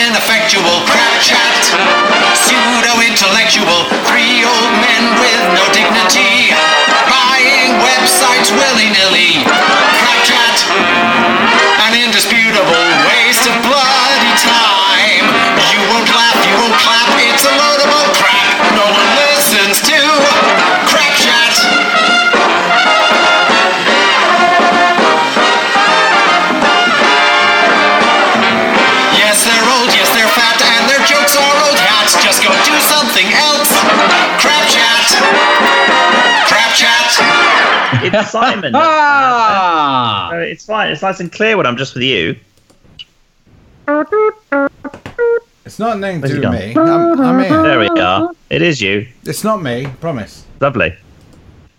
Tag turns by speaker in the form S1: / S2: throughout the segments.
S1: intellectual crowd chat. Pseudo intellectual, three old men with no dignity. Buying websites willy nilly. Crowd chat, an indisputable waste of bloody time. You won't laugh, you won't clap, it's a load of old crap. No one listens to crap chat. Yes, they're old, yes, they're fat, and their jokes are old hats. Just go do something else. Crap chat. Crap chat.
S2: It's Simon.
S3: Ah!
S2: Uh, it's fine. It's nice and clear when I'm just with you.
S4: It's not named
S2: Where's he
S4: to
S2: gone?
S4: me. I'm, I'm here.
S2: There we are. It is you.
S4: It's not me, promise.
S2: Lovely.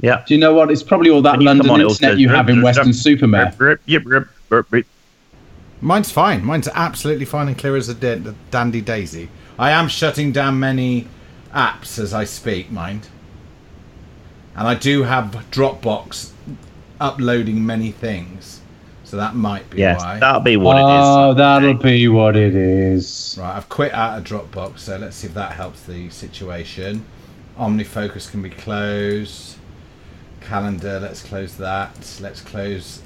S2: Yeah.
S3: Do you know what? It's probably all that
S2: When you
S3: London
S2: come on, it'll
S3: internet
S2: say-
S3: you have in Western Supermare.
S2: Rup, rup, rup, rup, rup.
S4: Mine's fine. Mine's absolutely fine and clear as a da- dandy daisy. I am shutting down many apps as I speak, mind. And I do have Dropbox uploading many things, so that might be
S2: Yes,
S4: why.
S2: that'll be what it is.
S3: Oh, that'll be what it is.
S4: Right, I've quit out of Dropbox, so let's see if that helps the situation. OmniFocus can be closed. Calendar, let's close that. Let's close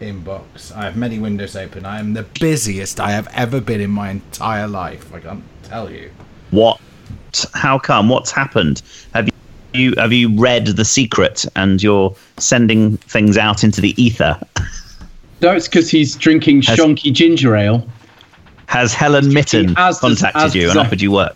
S4: inbox. I have many windows open. I am the busiest I have ever been in my entire life. I can't tell you.
S2: What? How come? What's happened? Have you have you read the secret and you're sending things out into the ether?
S3: No, it's because he's drinking
S2: Has-
S3: shonky ginger ale.
S2: Has Helen Mitten
S3: As des-
S2: contacted
S3: as
S2: you and
S3: designed.
S2: offered you work?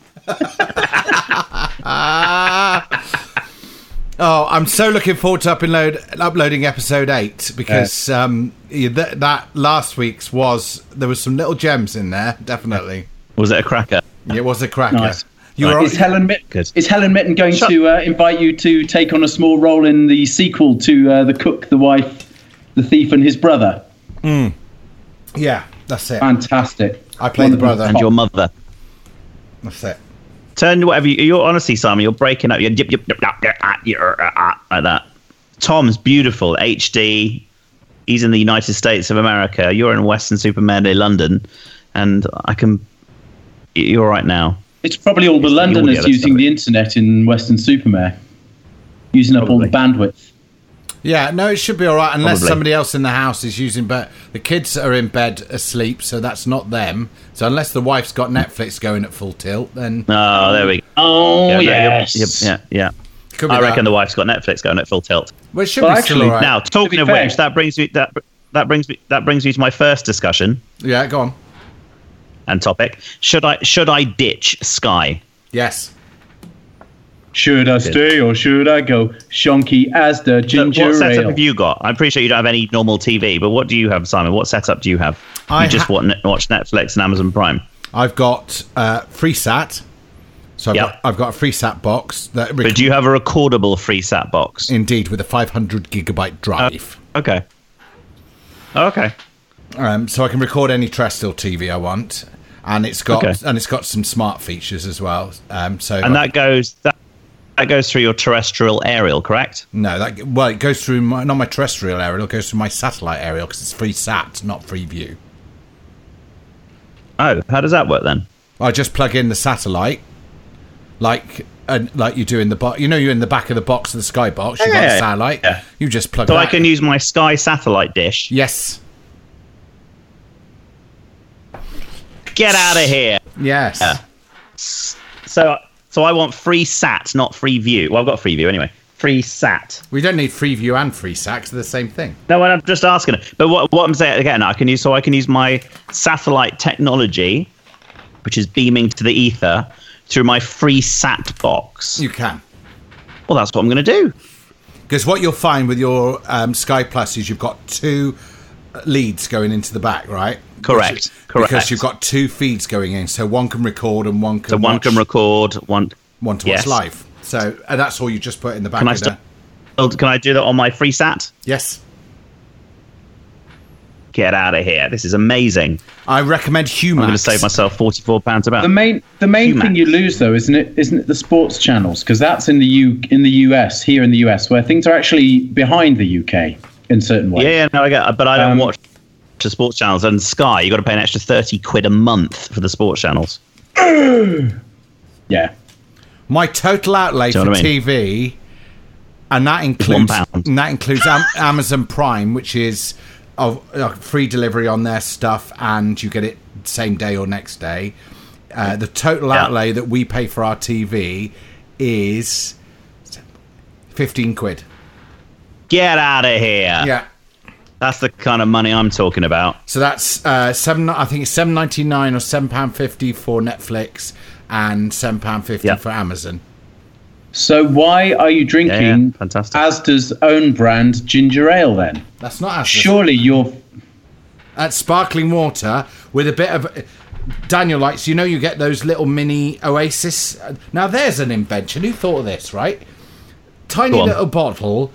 S4: Oh, I'm so looking forward to upload, uploading episode eight because um, yeah, th- that last week's was there was some little gems in there. Definitely,
S2: Was it a cracker?
S4: it was a cracker.
S3: Nice.
S4: You were
S2: Right.
S3: Is Helen, Mit-
S2: Good.
S3: is Helen Mitten going
S2: Shut-
S3: to uh, invite you to take on a small role in the sequel to uh, The Cook, The Wife, The Thief, and His Brother?
S4: yeah. That's it.
S3: Fantastic.
S4: I play
S3: One
S4: the
S3: of them.
S4: brother.
S2: And your mother.
S4: That's it.
S2: Turn whatever you, you're. Honestly, Simon, you're breaking up. You're yip, yip, yip, yip, yip, yip, yip, yip, yip, like that. Tom's beautiful. HD. He's in the United States of America. You're in Western Superman in London, and I can. You're all right now.
S3: It's probably all the
S2: It's the audio
S3: Londoners
S2: that's
S3: using
S2: done it.
S3: the internet in Western Supermare, using up all the bandwidth.
S4: Yeah, no, it should be all right unless
S2: Probably.
S4: somebody else in the house is using. But the kids are in bed asleep, so that's not them. So unless the wife's got Netflix going at full tilt, then
S2: Oh, there we go.
S3: Oh
S2: Yeah,
S3: yes.
S2: Yeah, yeah.
S4: could be
S2: I reckon
S4: that.
S2: the wife's got Netflix going at full tilt.
S4: Well, it should
S3: Well,
S4: be still
S3: actually,
S4: all right.
S2: Now, talking
S3: be
S2: of
S3: fair-
S2: which, that brings me that that brings me that brings me to my first discussion
S4: Yeah, go on.
S2: and topic. Should I should I ditch Sky?
S4: Yes.
S3: Should I stay or should I go? Shonky as the
S2: Look,
S3: ginger
S2: what setup
S3: ale.
S2: have you got? I'm pretty sure you don't have any normal TV, but what do you have, Simon? What setup do you have?
S4: I
S2: you just
S4: ha-
S2: wa- ne- watch Netflix and Amazon Prime.
S4: I've got uh, FreeSat, so I've,
S2: Yeah.
S4: got, I've got a FreeSat box that rec-
S2: But do you have a recordable free sat box?
S4: indeed with a 500 gigabyte drive,
S2: Okay. Okay. Uh,
S4: um, so I can record any terrestrial TV I want, and it's got
S2: Okay.
S4: and it's got some smart features as well. Um, so
S2: And that goes that, that goes through your terrestrial aerial, correct?
S4: No, that well, it goes through my, not my terrestrial aerial, it goes through my satellite aerial because it's free sat, not free view.
S2: Oh, how does that work then?
S4: I just plug in the satellite, like and like you do in the box. You know, you're in the back of the box of the sky box. You've got
S2: Yeah,
S4: a satellite.
S2: yeah.
S4: You just plug.
S2: So
S4: that
S2: I can use my Sky satellite dish.
S4: Yes.
S2: Get out of here.
S4: Yes.
S2: So so I want free sat, not free view. Well, I've got free view anyway. Free sat.
S4: We don't need free view and free sat. 'cause They're the same thing.
S2: No, well, I'm just asking. it. But what, what I'm saying again, I can use so I can use my satellite technology, which is beaming to the ether, through my free sat box.
S4: You can.
S2: Well, that's what I'm going to do.
S4: Because what you'll find with your um, Sky Plus is you've got two uh, leads going into the back, right?
S2: Correct,
S4: Which is-
S2: correct.
S4: Because you've got two feeds going in, so one can record and one can.
S2: So one
S4: watch-
S2: can record. One.
S4: want to
S2: Yes.
S4: watch live. So and that's all you just put in the back
S2: Can I
S4: of
S2: st-
S4: the-
S2: oh, Can I do that on my free sat?
S4: Yes.
S2: Get out of here! This is amazing.
S4: I recommend
S2: I'm
S4: Humax.
S2: going to save myself forty-four pounds about.
S3: the main the main
S2: Humax.
S3: thing you lose though isn't it isn't it the sports channels because that's in the U in the US here in the US where things are actually behind the UK in certain ways.
S2: Yeah, yeah, no, I get, it, but I don't
S3: Um,
S2: watch to sports channels and Sky. You got to pay an extra thirty quid a month for the sports channels.
S3: yeah.
S4: My total outlay
S2: Do you know
S4: for
S2: what I mean?
S4: TV, and that includes
S2: pound.
S4: and that includes Am- Amazon Prime, which is of uh, free delivery on their stuff, and you get it same day or next day. Uh, the total
S2: Yeah.
S4: outlay that we pay for our TV is fifteen quid.
S2: Get out of here.
S4: Yeah.
S2: That's the kind of money I'm talking about.
S4: So that's uh, seven. I think it's seven ninety nine or seven pound fifty for Netflix and seven pound fifty
S2: Yeah.
S4: for Amazon.
S3: So why are you drinking
S2: Yeah, yeah, fantastic.
S3: Asda's own brand ginger ale then?
S4: That's not us.
S3: Surely you're
S4: at sparkling water with a bit of Daniel likes. You know, you get those little mini oasis. Now, there's an invention. Who thought of this? Right, tiny
S2: Go on.
S4: little bottle,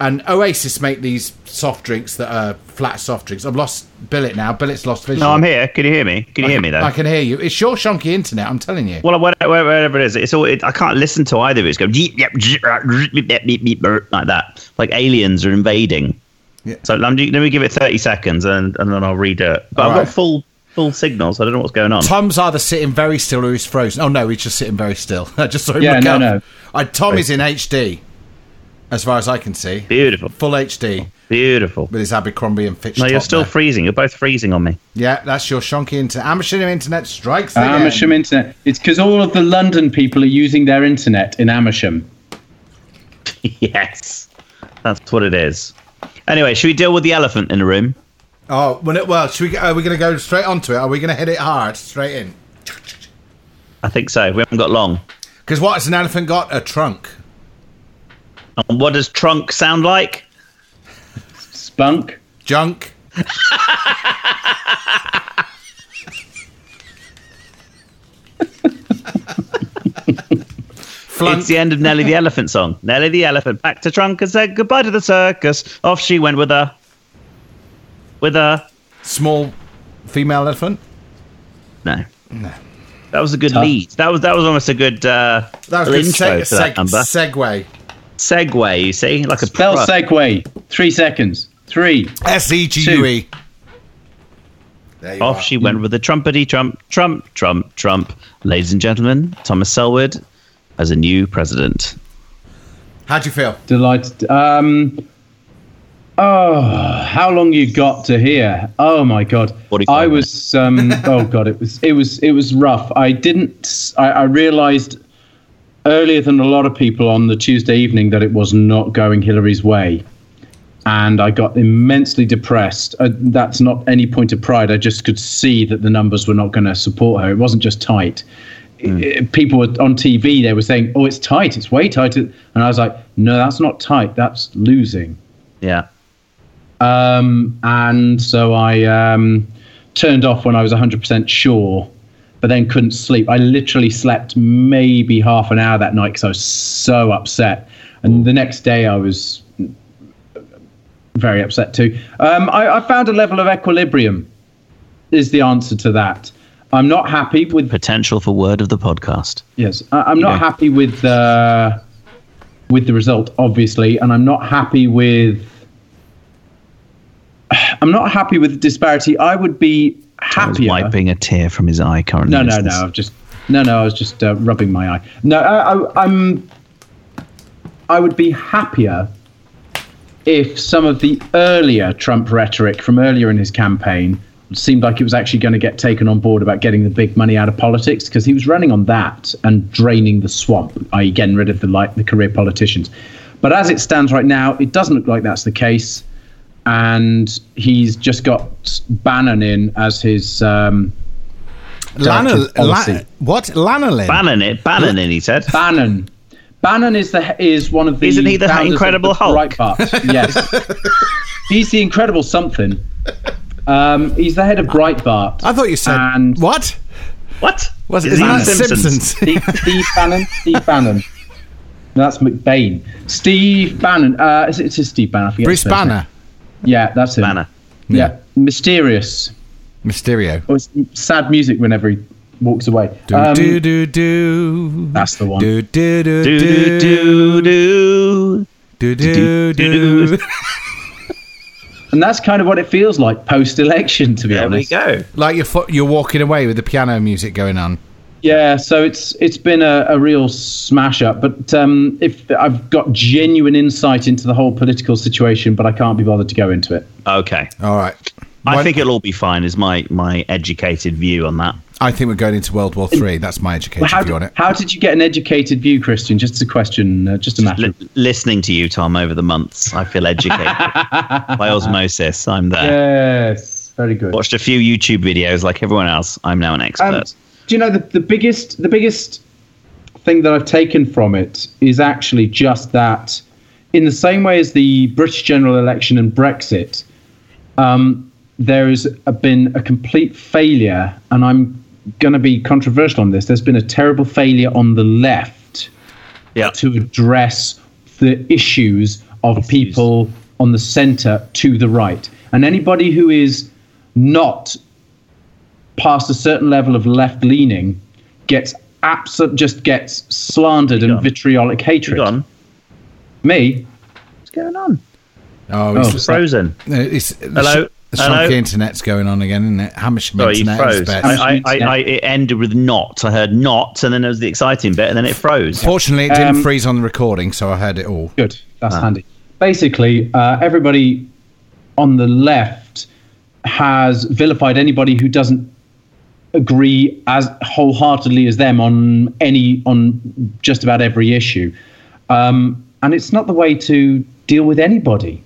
S4: and Oasis make these soft drinks that are flat soft drinks. I've lost Billet now. Billet's lost vision.
S2: No, I'm here. Can you hear me? Can you hear me though?
S4: I can hear you. It's your shonky internet. I'm telling you.
S2: Well, whatever, whatever it is, it's all. It, I can't listen to either of it. It's going yeep, yep, yeep, rah, yeep, yep, yeep, yeep, yeep, yeep, like that, like aliens are invading.
S4: Yeah.
S2: So um, let me, let me give it thirty seconds, and, and then I'll redo it. But
S4: All
S2: I've
S4: right.
S2: got full full signals. I don't know what's going on.
S4: Tom's either sitting very still or he's frozen. Oh no, he's just sitting very still. I just saw him
S3: Yeah,
S4: look
S3: no,
S4: up.
S3: no.
S4: I, Tom is in HD, as far as I can see,
S2: Beautiful,
S4: full HD
S2: beautiful.
S4: with his Abercrombie and Fitch.
S2: No, you're
S4: top
S2: still
S4: there.
S2: freezing. You're both freezing on me.
S4: Yeah, that's your shonky internet. Amateur internet strikes again.
S3: Amersham internet. It's because all of the London people are using their internet in Amersham.
S2: yes, that's what it is. Anyway, should we deal with the elephant in the room?
S4: Oh, well, it- well, should we? Are we going to go straight onto it? Are we going to hit it hard straight in?
S2: I think so. We haven't got long.
S4: Because what has an elephant got? A trunk.
S2: And what does trunk sound like?
S3: Spunk.
S4: Junk. Flunk.
S2: It's the end of Nelly the Elephant song. Nelly the Elephant back to trunk and said goodbye to the circus. Off she went with a with a
S4: small female elephant.
S2: no. That was a good
S3: Tough.
S2: lead. That was that was almost a good uh,
S4: That was a
S2: little
S4: good
S2: intro
S4: seg-
S2: to that
S4: seg-
S2: number.
S4: segue.
S2: Segway, you see, like a
S3: Spell
S2: pro.
S3: segue. Three seconds. Three.
S4: S E G U E. There you
S2: Off she went with a trumpety trump, trump, trump, trump. Ladies and gentlemen, Thomas Selwood as a new president.
S4: How do you feel?
S3: Delighted. Um. Oh, how long you got to here? Oh my god.
S2: 45
S3: I was um oh god, it was it was it was rough. I didn't I, I realized earlier than a lot of people on the Tuesday evening that it was not going Hillary's way. And I got immensely depressed. Uh, that's not any point of pride. I just could see that the numbers were not going to support her. It wasn't just tight. I- I- Uh, People were on TV. They were saying, "Oh, it's tight. It's way tighter." And I was like, "No, that's not tight. That's losing."
S2: Yeah.
S3: Um, and so I um, turned off when I was 100% sure, but then couldn't sleep. I literally slept maybe half an hour that night because I was so upset. And the next day I was very upset too. Um, I, I found a level of equilibrium is the answer to that. I'm not happy with
S2: Potential for word of the podcast.
S3: Yes, I, I'm not
S2: Okay.
S3: happy with uh, with the result, obviously, and I'm not happy with I'm not happy with the disparity. I would be
S2: I was
S3: happier.
S2: wiping a tear from his eye currently.
S3: No, no,
S2: listeners.
S3: no. I've just no, no. I was just uh, rubbing my eye. No, I, I, I'm. I would be happier if some of the earlier Trump rhetoric from earlier in his campaign seemed like it was actually going to get taken on board about getting the big money out of politics because he was running on that and draining the swamp, i.e., getting rid of the like the career politicians. But as it stands right now, it doesn't look like that's the case, and he's just got Bannon in as his. Um,
S4: Lana,
S3: Directive policy.
S4: La- what? Lanolin.
S2: Bannon it, Bannon it, he said.
S3: Bannon. Bannon is the is one of the
S2: Isn't he the
S3: founders of
S2: Incredible Hulk?
S3: Breitbart. Yes, he's the incredible something. Um, he's the head of Breitbart.
S4: I thought you said
S3: And-
S4: what?
S2: What?
S4: Was
S2: Is
S4: isn't
S2: he
S4: that
S2: on
S4: Simpsons?
S3: Steve, Steve Bannon. Steve Bannon. No, that's McBain. Steve Bannon. Uh, is it, it's Steve Bannon. I forget
S4: Bruce
S3: his first name.
S4: Banner,
S3: Yeah, that's him.
S2: Banner.
S3: Yeah. mysterious.
S4: Mysterio.
S3: Or it's sad music whenever he walks away.
S4: Do
S3: Um,
S4: do do do.
S3: That's the one.
S4: Do do do
S2: Do do do do.
S4: do do
S2: do,
S4: do.
S3: and that's kind of what it feels like post election, to be
S2: There we
S3: honest.
S2: go.
S4: Like you're fo- you're walking away with the piano music going on.
S3: Yeah, so it's it's been a, a real smash up. But um, if I've got genuine insight into the whole political situation, but I can't be bothered to go into it.
S2: Okay.
S4: All right.
S2: I
S4: Why-
S2: think it'll all be fine. Is my my educated view on that.
S4: I think we're going into World War Three. That's my education
S3: How,
S4: view on it.
S3: how did you get an educated view, Christian? Just a question, uh, just a matter.
S2: L-
S3: of
S2: listening to you, Tom, over the months, I feel educated by osmosis. I'm there.
S3: yes, very good.
S2: Watched a few YouTube videos, like everyone else. I'm now an expert.
S3: Um, do you know the, the biggest the biggest thing that I've taken from it is actually just that, in the same way as the British general election and Brexit, um, there has been a complete failure, and I'm going to be controversial on this. There's been a terrible failure on the left
S2: yeah.
S3: to address the issues of people on the centre to the right. And anybody who is not past a certain level of left leaning gets absolute just gets slandered and
S2: gone.
S3: vitriolic hatred.
S2: Go on.
S3: Me,
S2: What's going on?
S4: Oh, it's,
S2: Frozen.
S4: no, it's, the
S2: Hello?
S4: sh- The shonky
S2: Hello?
S4: internet's going on again, isn't it? Hamish
S2: Sorry, you
S4: internet is
S2: froze.
S4: best.
S2: I, I, I, I, it ended with not. I heard not, and then there was the exciting bit, and then it froze.
S4: Fortunately, it didn't
S3: Um,
S4: freeze on the recording, so I heard it all.
S3: Good. That's handy. Basically, uh, everybody on the left has vilified anybody who doesn't agree as wholeheartedly as them on any on just about every issue, um, and it's not the way to deal with anybody.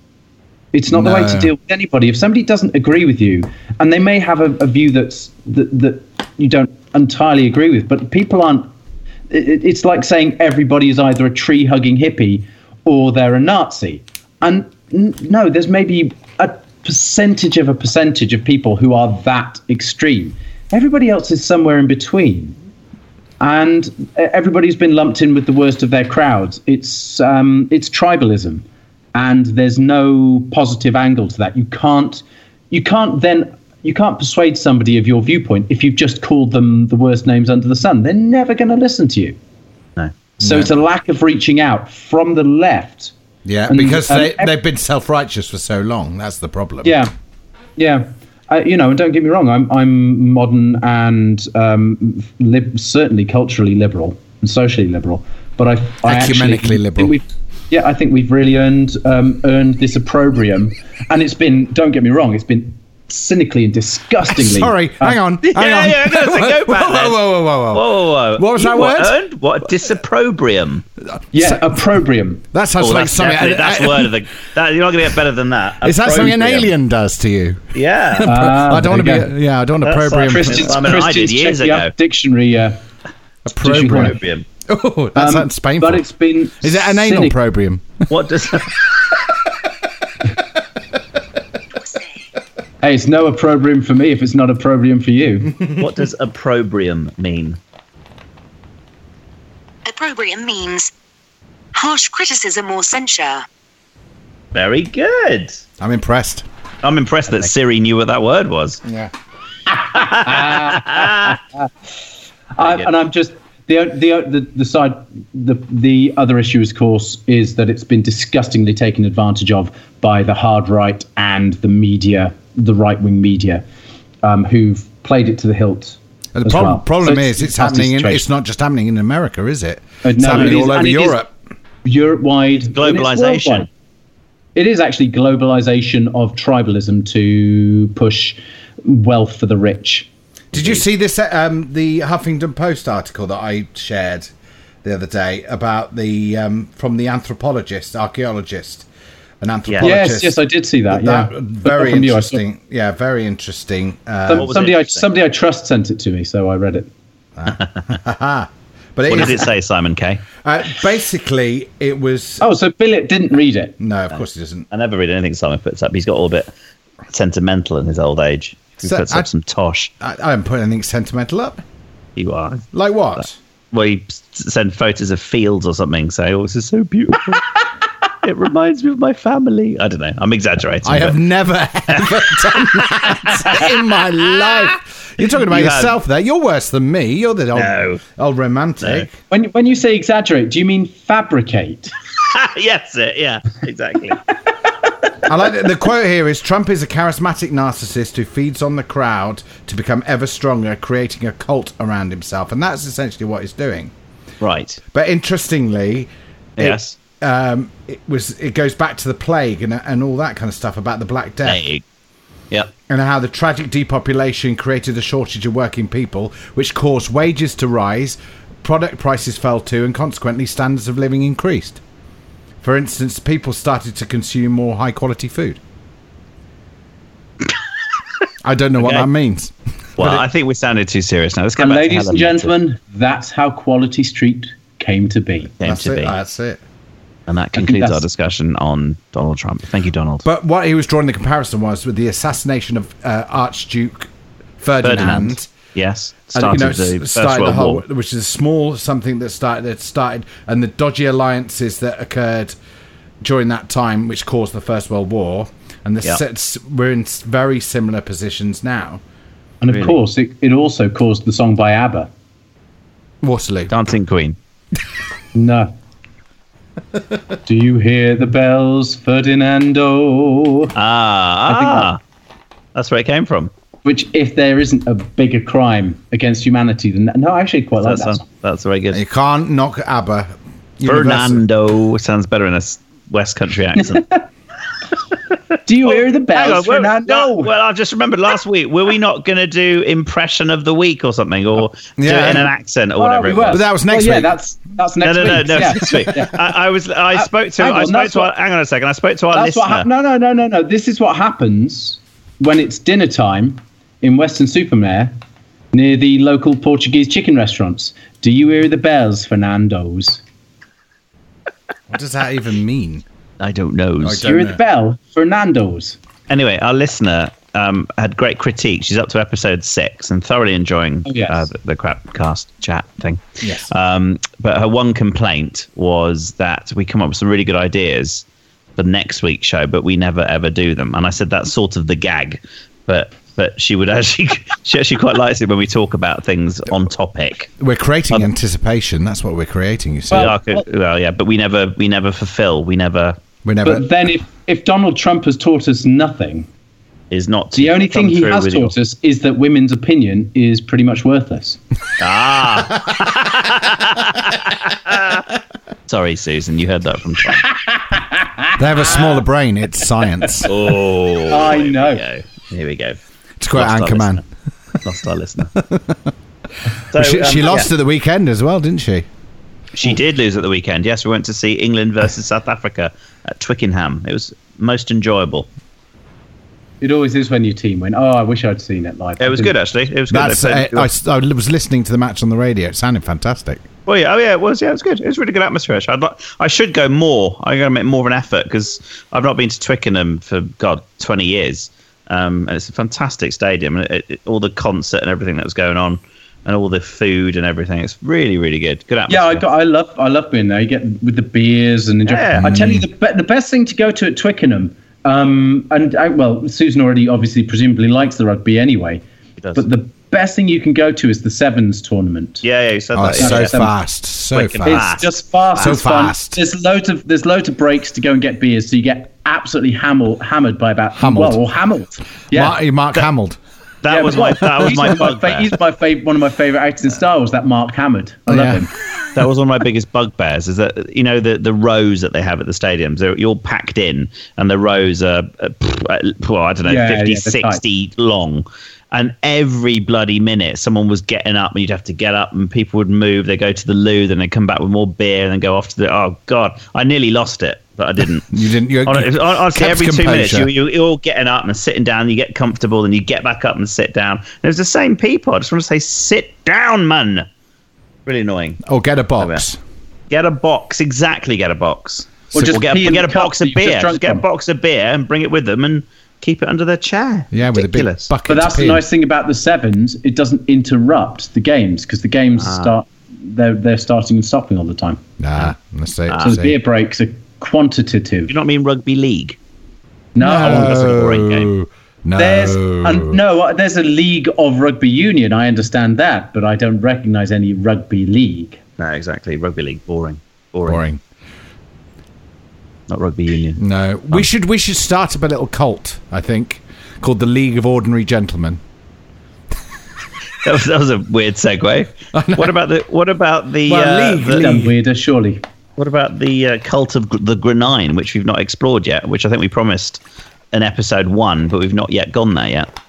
S3: It's not the way to
S4: No.
S3: deal with anybody. If somebody doesn't agree with you, and they may have a, a view that's that, that you don't entirely agree with, but people aren't. It, it- it's like saying everybody is either a tree hugging hippie or they're a Nazi. And n- no, there's maybe a percentage of a percentage of people who are that extreme. Everybody else is somewhere in between and everybody's been lumped in with the worst of their crowds. It's um, it's tribalism, and there's no positive angle to that. You can't you can't then you can't persuade somebody of your viewpoint if you've just called them the worst names under the sun. They're never going to listen to you.
S2: No.
S3: So it's a lack of reaching out from the left.
S4: Yeah,
S3: And-
S4: because
S3: and
S4: they,
S3: ev-
S4: they've been self righteous for so long. That's the problem.
S3: Yeah, yeah. Uh, you know, and don't get me wrong. I'm I'm modern and um, lib- certainly culturally liberal and socially liberal. But I, I actually
S4: Ecumenically liberal.
S3: Think we've, yeah, I think we've really earned um, earned this opprobrium, and it's been. Don't get me wrong. It's been cynically and disgustingly. uh,
S4: Sorry, hang on. Hang
S2: yeah,
S4: on.
S2: yeah, I gotta say, go back
S4: whoa,
S2: then.
S4: whoa, whoa, whoa,
S2: Whoa,
S4: whoa,
S2: whoa, whoa.
S4: What was
S2: You
S4: that
S2: were
S4: word?
S2: Earned? What a disapprobrium.
S3: Yeah, opprobrium.
S4: That sounds
S2: Oh,
S4: like
S2: that's
S4: something.
S2: definitely, that's
S4: uh,
S2: word of the. That, you're not going to get better than that.
S4: Is that something an
S2: Opprobrium.
S4: alien Uh. does to you?
S2: Yeah.
S3: Uh,
S4: I don't want
S3: there you
S4: to be. Yeah, I don't want
S2: That's
S4: to
S3: uh,
S2: like
S4: program.
S2: Christian-
S3: Christians,
S2: I mean, I did
S3: Christians check
S2: years
S3: the
S2: ago.
S3: dictionary. Uh,
S4: program.
S2: Opprobrium.
S4: Oh, that's
S3: um,
S4: that's painful.
S3: but it's been.
S4: Is it an anal
S3: cynic-
S4: probrium?
S2: What does?
S3: Hey, it's no opprobrium for me if it's not opprobrium for you.
S2: what does opprobrium mean?
S5: Opprobrium means harsh criticism or censure.
S2: Very good.
S4: I'm impressed.
S2: I'm impressed that Siri knew what that word was.
S4: Yeah.
S3: I, and I'm just the, the the the side the the other issue, of course, is that it's been disgustingly taken advantage of by the hard right and the media, the right wing media, um, who've played it to the hilt.
S4: The
S3: as
S4: problem,
S3: well.
S4: problem
S3: So
S4: is,
S3: that's
S4: it's,
S3: the
S4: happening. In,
S3: situation.
S4: it's not just happening in America, is it?
S3: Uh,
S4: it's
S3: no,
S4: happening
S3: it is-
S4: all over
S3: and it is-
S4: Europe.
S3: Europe wide and it's
S2: Globalization.
S3: worldwide. It is actually globalization of tribalism to push wealth for the rich.
S4: Did you see this? uh, Um, the Huffington Post article that I shared the other day about the um, from the anthropologist, archaeologist, an anthropologist.
S3: Yes, yes, I did see that.
S4: That
S3: yeah,
S4: very
S3: From you, I saw-
S4: interesting. Yeah, very interesting.
S3: Some-
S4: Um,
S2: was
S3: somebody I
S2: interesting?
S3: somebody I trust sent it to me, so I read it.
S4: but
S2: What
S4: it
S2: did it
S4: is,
S2: say, Simon K?
S4: uh, basically it was.
S3: Oh, so Billet didn't read it.
S4: No, of course it doesn't.
S2: I never read anything Simon puts up. He's got all a bit sentimental in his old age. He
S4: So,
S2: puts
S4: I-
S2: up some tosh.
S4: I, I haven't put anything sentimental up.
S2: You are.
S4: Like what?
S2: Well, he s- sent photos of fields or something. So oh, this is so beautiful. it reminds me of my family. I don't know. I'm exaggerating.
S4: I have
S2: but
S4: never ever done that in my life. You're talking about
S2: You have-
S4: yourself there. You're worse than me. You're the old,
S2: No.
S4: old romantic.
S3: When when you say exaggerate, do you mean fabricate?
S2: yes, it. Yeah, uh, exactly.
S4: I like that the quote here is Trump is a charismatic narcissist who feeds on the crowd to become ever stronger, creating a cult around himself. And that's essentially what he's doing.
S2: Right.
S4: But interestingly, it-
S2: Yes.
S4: um, it was it goes back to the plague and, and all that kind of stuff about the Black Death
S2: Egg. Yep.
S4: and how the tragic depopulation created a shortage of working people, which caused wages to rise, product prices fell too, and consequently standards of living increased. For instance, people started to consume more high quality food. I don't know what
S2: Okay.
S4: that means.
S2: Well, I think we sounded too serious now. Let's go
S3: And
S2: back to
S3: ladies
S2: Helen
S3: and
S2: Mirren.
S3: gentlemen, that's how Quality Street came to be.
S2: Came
S4: That's
S2: to
S4: it.
S2: be.
S4: That's it.
S2: And that
S3: think
S2: concludes our
S3: that's-
S2: discussion on Donald Trump. Thank you, Donald.
S4: But what he was drawing the comparison was with the assassination of uh, Archduke Ferdinand.
S2: Yes.
S4: And, you
S2: Started
S4: know,
S2: the
S4: s-
S2: First
S4: started
S2: World
S4: the whole,
S2: War.
S4: which is a small something that started that started, and the dodgy alliances that occurred during that time, which caused the First World War, and the
S2: Yeah.
S4: sets we're in s- very similar positions now.
S3: And of
S2: Really?
S3: course, it, it also caused the song by ABBA.
S4: Waterloo.
S2: Dancing Queen.
S3: No. Do you hear the bells, Ferdinando?
S2: Ah. ah. That's where it came from.
S3: Which, if there isn't a bigger crime against humanity than that, no, I actually quite like
S2: That's,
S3: that.
S2: that's,
S3: song.
S2: that's very good.
S4: You can't knock ABBA. Universal.
S2: Fernando sounds better in a s- West Country accent.
S3: Do you hear the
S2: Oh,
S3: bells,
S2: Hang on, well,
S3: Fernando?
S2: no, well, I've just remembered last week. Were we not going to do impression of the week or something, or do
S4: Yeah.
S2: it in an accent or
S3: Oh,
S2: whatever?
S3: we
S2: it
S3: were.
S2: was?
S4: But that was
S3: Well,
S4: next
S3: yeah,
S4: week.
S3: that's that's
S2: No,
S3: next
S2: no,
S3: week.
S2: no, no.
S3: yeah. Uh,
S2: it's sweet. I, I was. I spoke to.
S3: hang
S2: I
S3: on,
S2: spoke
S3: that's
S2: to. Our,
S3: what-
S2: hang on a second. I spoke to our
S3: That's what
S2: listener.
S3: happened. No, no, no, no, no. This is what happens when it's dinner time in Western Supermare near the local Portuguese chicken restaurants. Do you hear the bells, Fernando's?
S4: What does that even mean?
S2: I don't know.
S4: I
S2: So-
S3: Do you
S4: Don't
S3: hear
S4: know.
S3: the bell, Fernando's?
S2: anyway, our listener um, had great critique. She's up to episode six and thoroughly enjoying
S3: Oh, yes.
S2: uh, the, the crapcast chat thing.
S4: Yes.
S2: Um, but her one complaint was that we come up with some really good ideas for next week's show, but we never ever do them. And I said that's sort of the gag, but but she would actually she actually quite likes it when we talk about things on topic.
S4: We're creating anticipation. That's what we're creating. You see,
S2: We
S3: Well-
S2: are co- um, well, yeah, but we never we never fulfill. We never
S4: we're never.
S3: But then, if, if Donald Trump has taught us nothing,
S2: is not
S3: the only
S2: come
S3: thing he
S2: through
S3: has
S2: with your-
S3: taught us is that women's opinion is pretty much worthless.
S2: Sorry, Susan, you heard that from Trump.
S4: They have a smaller brain. It's science.
S2: Oh,
S3: I know.
S2: Here we go. Here we go.
S4: to quote
S2: Lost our
S4: Anchorman,
S2: listener. Lost our listener. So,
S4: she, she
S2: um,
S4: lost at the weekend as well, didn't she?
S2: yeah, she did lose at the weekend. Yes, we went to see England versus South Africa at Twickenham. It was most enjoyable.
S3: It always is when your team win. Oh, I wish I'd seen it live.
S2: It was good actually. It was good.
S4: That's.
S2: They
S4: Uh,
S2: played-
S4: I, s- I was listening to the match on the radio. It sounded fantastic.
S2: well, yeah, oh yeah, it was. Yeah, it was good. It was a really good atmosphere. Actually. I'd like, I should go more. I'm going to make more of an effort because I've not been to Twickenham for God 20 years, um, and it's a fantastic stadium. And it, it, all the concert and everything that was going on, and all the food and everything. It's really, really good. Good atmosphere.
S3: Yeah, I, got, I love I love being there. You get with the Mm. beers and enjoy.
S2: Yeah.
S3: I tell you the be- the best thing to go to at Twickenham. Um, and I, well, Susan already obviously presumably likes the rugby anyway.
S2: does.
S3: But the best thing you can go to is the sevens tournament.
S2: Yeah, yeah, you said
S4: Oh,
S2: that. yeah.
S4: so
S3: yeah.
S4: fast, so
S2: Wicked.
S4: fast.
S3: It's just fast.
S4: So
S3: it's fun.
S4: fast.
S3: There's loads of there's loads of breaks to go and get beers, so you get absolutely hammered hammered by about
S4: Hammered.
S3: well or hammered. Yeah.
S4: Mark, Mark Hamill.
S2: That
S3: Yeah,
S2: was
S3: but
S2: my that was
S3: he's
S2: my
S3: one of
S2: bugbear.
S3: fa- he's my fav- one of my favorite actors in Star Wars. That Mark Hammond. I love
S4: Yeah.
S3: him.
S2: that was one of my biggest bugbears. Is that you know the the rows that they have at the stadiums? They're, you're packed in, and the rows are uh, pff, uh, well, I don't know,
S3: Yeah, yeah,
S2: 50,
S3: they're tight.
S2: 60 long. And every bloody minute, someone was getting up, and you'd have to get up, and people would move. They go to the loo, then they come back with more beer, and then go off to the. Oh God, I nearly lost it, but I didn't.
S4: You didn't. You,
S2: Hon-
S4: you
S2: Honestly,
S4: kept
S2: every two minutes,
S4: composure.
S2: you, you, you're all getting up and sitting down, you get comfortable, then you get back up and sit down. And it was the same people. I just want to say, sit down, man. Really annoying.
S4: or Oh, get a box.
S2: Get a box. Exactly, get a box.
S3: Or just
S2: Or get,
S3: pee
S2: a-
S3: in
S2: get a
S3: the cup
S2: box of
S3: that you've just
S2: beer.
S3: drunk
S2: Just get a
S3: from.
S2: box of beer and bring it with them and keep it under their chair.
S4: Yeah, with
S2: Ridiculous.
S4: a big bucket.
S3: But that's
S4: to
S3: the
S4: pee in.
S3: nice thing about the sevens; it doesn't interrupt the games because the games start they're they're starting and stopping all the time.
S4: Nah, let's say.
S3: So the beer breaks are quantitative.
S2: Do you not mean rugby league?
S3: No, oh,
S2: that's a boring game.
S4: No.
S3: there's and no uh, there's a league of rugby union. I understand that, but I don't recognise any rugby league.
S2: No, exactly. Rugby league. Boring. Boring.
S4: boring.
S2: not rugby union.
S4: No, we should we should start up a little cult. I think called the League of Ordinary Gentlemen.
S2: That was, that was a weird segue. What about the what about the,
S4: Well,
S2: uh,
S4: league,
S2: the-
S4: league.
S3: Done weirder, surely.
S2: what about the uh, cult of gr- the Grenine, which we've not explored yet? Which I think we promised in episode one, but we've not yet gone there yet.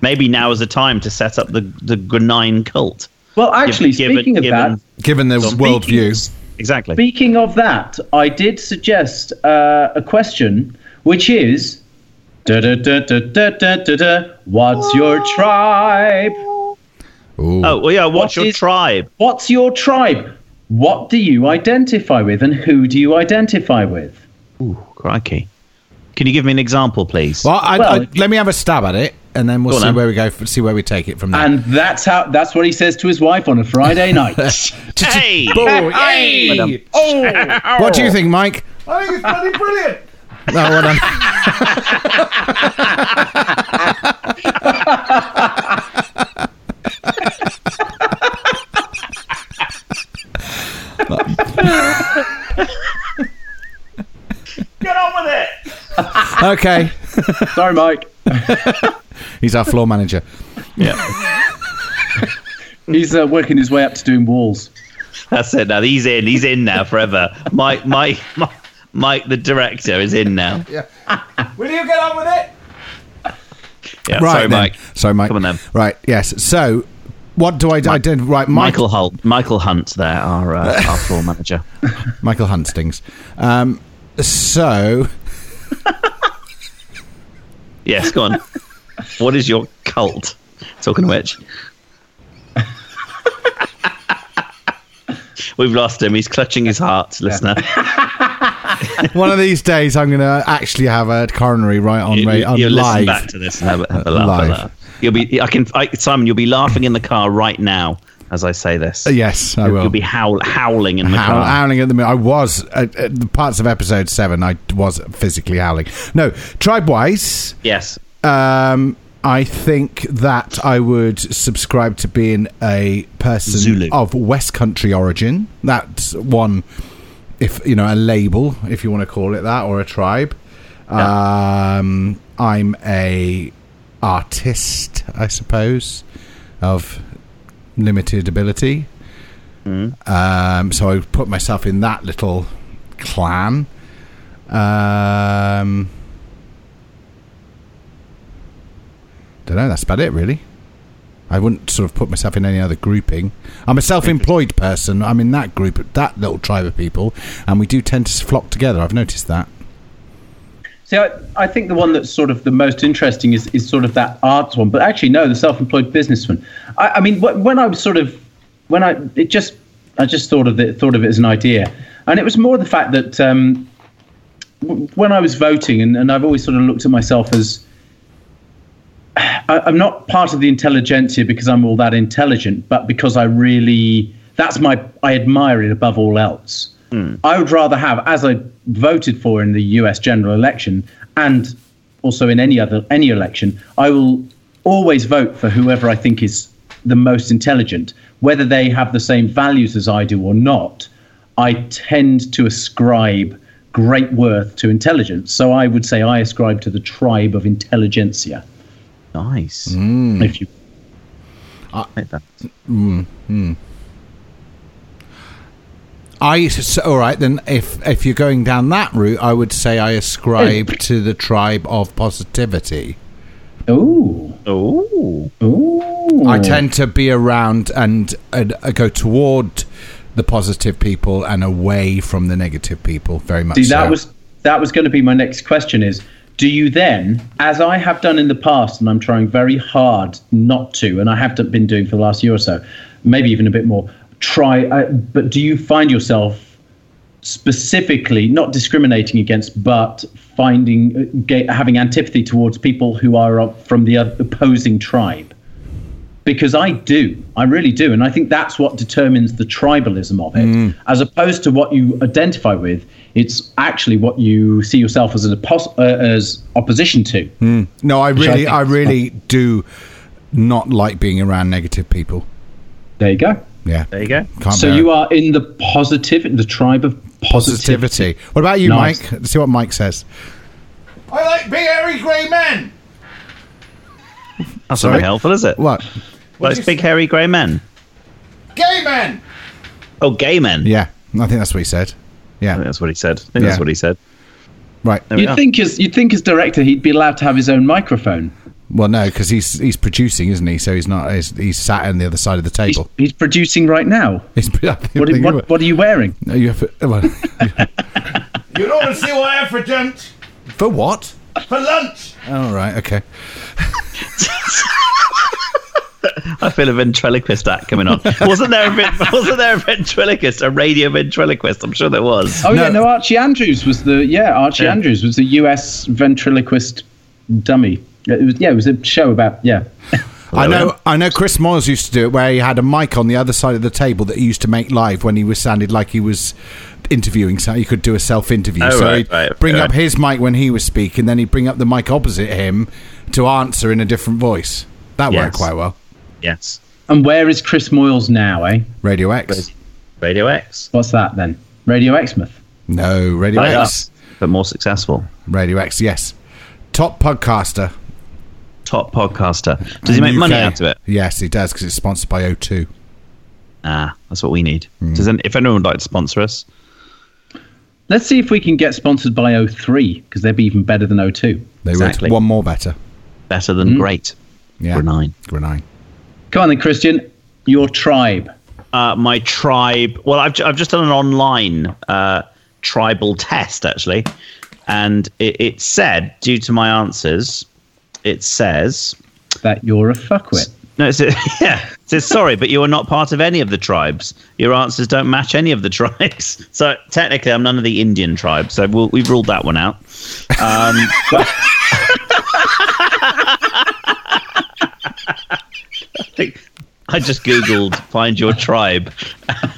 S2: Maybe now is the time to set up the the Grenine cult.
S3: Well, actually,
S2: Given-
S3: speaking of
S2: given-
S3: that,
S4: Given their
S2: Speaking
S4: worldview,
S2: Exactly.
S3: Speaking of that, I did suggest uh, a question, which is da da da da da da da da. What's your tribe?
S4: Ooh.
S2: oh well, yeah. What's
S3: What
S2: your
S3: is-
S2: tribe?
S3: What's your tribe? What do you identify with, and who do you identify with?
S2: Ooh, Oh, crikey. Can you give me an example, please?
S4: well, I,
S3: well-
S4: I, let me have a stab at it, and then we'll
S2: Go on
S4: see
S2: then.
S4: where we go. f- See where we take it from there.
S3: And that's how. That's what he says to his wife on a Friday night.
S2: Hey!
S4: Boom.
S2: Madam.
S4: Hey! Oh! What do you think, Mike?
S6: I think it's bloody brilliant.
S4: No, well done.
S6: Get on with it.
S4: Okay,
S3: Sorry, Mike.
S4: he's our floor manager.
S2: Yeah,
S3: He's uh, working his way up to doing walls.
S2: that's it. Now he's in. He's in now forever. Mike, Mike, Mike, Mike the director is in now.
S6: Will you get on with it?
S2: Yeah,
S4: Right,
S2: sorry,
S4: then.
S2: Mike.
S4: Sorry, Mike.
S2: Come on then.
S4: Right, yes. So, what do I identify? Right, Mike,
S2: Michael Hunt. Michael Hunt. There, our uh, our floor manager.
S4: Michael Huntstings. Um, so,
S2: Yes, go on. What is your cult? Talking of which, we've lost him. He's clutching his heart, listener.
S4: one of these days, I'm going to actually have a coronary right on,
S2: You-
S4: ra- on
S2: you'll listen
S4: live.
S2: back to this and have, a- have a laugh
S4: Live.
S2: at that. You'll be, I can, I, Simon. You'll be laughing in the car right now as I say this.
S4: Yes, I will.
S2: You'll be howl, howling in the
S4: Howl,
S2: car.
S4: howling at the minute. I was at, at the parts of episode seven. I was physically howling. No, tribe wise,
S2: Yes.
S4: um, I think that I would subscribe to being a person
S2: Zulu.
S4: of West Country origin. That's one, if you know, a label, if you want to call it that, or a tribe. Um, I'm a artist, I suppose, of limited ability. Um, so I put myself in that little clan. Um, don't know. That's about it, really. I wouldn't sort of put myself in any other grouping. I'm a self-employed person. I'm in that group, that little tribe of people, and we do tend to flock together. I've noticed that.
S3: See, I, I think the one that's sort of the most interesting is, is sort of that arts one, but actually, no, the self-employed business one. I, I mean, wh- when I was sort of, when I it just, I just thought of it, thought of it as an idea, and it was more the fact that um, w- when I was voting, and, and I've always sort of looked at myself as, I, I'm not part of the intelligentsia because I'm all that intelligent, but because I really, that's my, I admire it above all else. I would rather have, as I voted for in the U.S. general election, and also in any other any election, I will always vote for whoever I think is the most intelligent, whether they have the same values as I do or not. I tend to ascribe great worth to intelligence, so I would say I ascribe to the tribe of intelligentsia.
S2: Nice.
S4: Mm. Hmm.
S3: If you
S2: Like that.
S4: I s- all right then. If if you're going down that route, I would say I
S3: Mm.
S4: ascribe to the tribe of positivity.
S3: ooh
S2: Oh.
S3: ooh,
S4: I tend to be around and, and uh, go toward the positive people and away from the negative people. Very much.
S3: See,
S4: so.
S3: that was that was going to be my next question. Is do you then, as I have done in the past, and I'm trying very hard not to, and I have done- been doing for the last year or so, maybe even a bit more. Try, uh, but do you find yourself specifically not discriminating against, but finding uh, ga- having antipathy towards people who are of- from the oth- opposing tribe? because I do, I really do, and I think that's what determines the tribalism of it, as opposed to what you identify with. It's actually what you see yourself as an opos- uh, as opposition to.
S4: no.
S3: I
S4: I really,
S3: think
S4: I
S3: is
S4: really do not like being around negative people.
S3: There you go.
S4: Yeah.
S2: There you go.
S4: Can't
S3: So
S4: bear
S3: you
S4: it.
S3: are in the positive, the tribe of positive.
S4: positivity. What about you,
S3: Nice.
S4: Mike? Let's see what Mike says.
S7: I like big, hairy, grey men.
S2: That's
S4: Sorry?
S2: not helpful, is it?
S4: What?
S2: well, it's big, hairy, grey men.
S7: Gay men.
S2: Oh, gay men.
S4: Yeah. I think that's what he
S2: I
S4: said.
S3: Oh,
S2: think
S4: Yeah.
S2: that's what he said. I think
S4: Yeah.
S2: that's what he said.
S4: Right.
S2: There we
S3: You'd
S2: are.
S3: think as you'd think as director he'd be allowed to have his own microphone.
S4: Well, no, because he's he's producing, isn't he? So he's not. He's, he's sat on the other side of the
S3: He's,
S4: table.
S3: he's producing right now.
S4: He's,
S3: What, what, what are you wearing?
S4: No, you have, well,
S7: You don't want to see what I have for lunch.
S4: for what?
S7: For lunch.
S4: All right. Okay.
S2: I feel a ventriloquist act coming on. wasn't there a ven- wasn't there a ventriloquist, a radio ventriloquist? I'm sure there was.
S3: Oh
S4: No.
S3: yeah, no. Archie Andrews was the yeah. Archie
S2: Yeah.
S3: Andrews was the U.S. ventriloquist dummy. It was, yeah, it was a show about yeah.
S4: I know. I know. Chris Moyles used to do it, where he had a mic on the other side of the table that he used to make live when he was sounded like he was interviewing. So he could do a self-interview.
S2: Oh,
S4: so
S2: right,
S4: he'd
S2: right,
S4: bring
S2: right.
S4: up his mic when he was speaking, then he'd bring up the mic opposite him to answer in a different voice. That worked
S2: Yes.
S4: quite well.
S2: Yes.
S3: And where is Chris Moyles now? Eh?
S4: Radio X.
S2: Radio X.
S3: What's that then? Radio Exmouth.
S4: No, Radio
S2: Like
S4: X.
S2: us, but more successful.
S4: Radio X. Yes. Top podcaster.
S2: Top podcaster. Does he make money
S4: UK.
S2: out of it?
S4: Yes, he does because it's sponsored by O2.
S2: Ah, that's what we need. Does any, if anyone would like to sponsor us,
S3: Let's see if we can get sponsored by O3 because they'd be even better than O2.
S4: They
S2: Exactly.
S4: would. One more better.
S2: better than great.
S4: Yeah.
S2: Grenine.
S4: Grenine.
S3: Come on then, Christian. Your tribe.
S2: uh, my tribe. Well, I've, ju- I've just done an online uh, tribal test actually, and it, it said due to my answers, it says
S3: That you're a fuckwit.
S2: no, it's, yeah, it says sorry, but you are not part of any of the tribes. Your answers don't match any of the tribes. So technically, I'm none of the Indian tribes. So we'll, we've ruled that one out. Um, but- I just googled find your tribe, and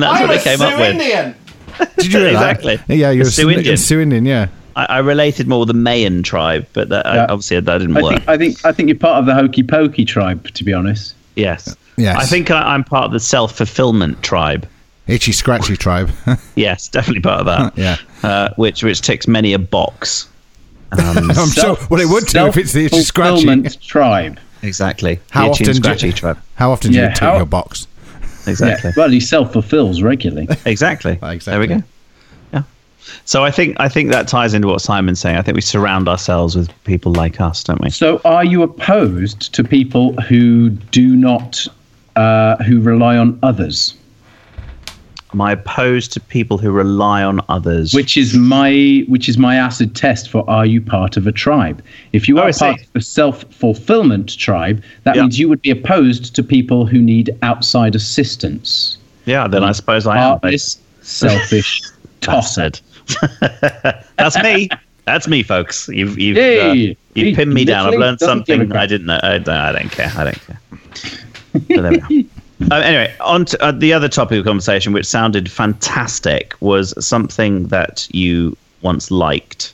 S2: that's
S7: I'm
S2: what
S7: a
S2: it came
S7: Sioux
S2: up with.
S7: Indian.
S4: Did you hear that?
S2: Exactly.
S4: Yeah, you're
S2: A
S4: a
S2: Sioux
S4: Sioux
S2: Indian.
S4: Indian. Sioux Indian, yeah.
S2: I, I related more with the Mayan tribe, but that, I,
S3: Yeah.
S2: obviously that didn't
S3: I
S2: work.
S3: think I think I think you're part of the hokey pokey tribe. To be honest.
S2: Yes.
S4: Yes.
S2: I think I, I'm part of the self fulfillment tribe.
S4: Itchy Scratchy Tribe.
S2: Yes, definitely part of that.
S4: Yeah.
S2: Uh, which which ticks many a box. Um,
S4: I'm sure. Well, it would do if it's the Itchy Scratchy.
S3: Fulfillment tribe.
S2: Exactly.
S4: How
S2: The itchy and
S4: often, do,
S2: Scratchy tribe.
S4: how often do
S3: Yeah,
S4: you tick
S3: how-
S4: your box?
S2: Exactly.
S3: Yeah. Well, he self fulfills regularly.
S2: Exactly.
S4: Exactly.
S2: There we go. Yeah. So I think I think that ties into what Simon's saying. I think we surround ourselves with people like us, don't we?
S3: So, are you opposed to people who do not, uh, who rely on others?
S2: Am I opposed to people who rely on others?
S3: Which is my, which is my acid test for are you part of a tribe? If you
S2: Oh,
S3: are
S2: I see.
S3: part of a self-fulfillment tribe, that
S2: Yeah.
S3: means you would be opposed to people who need outside assistance.
S2: yeah, then I suppose I am.
S3: Heartless, selfish tosser.
S2: Bastard. That's me. That's me, folks. You've you've,
S3: Hey,
S2: uh,
S3: he
S2: you've pinned me down. I've
S3: literally
S2: learned
S3: doesn't give a
S2: something
S3: crap.
S2: I didn't know. I don't, I don't care. I don't care. So there we are. Uh, anyway, on to, uh, the other topic of conversation, which sounded fantastic, was something that you once liked,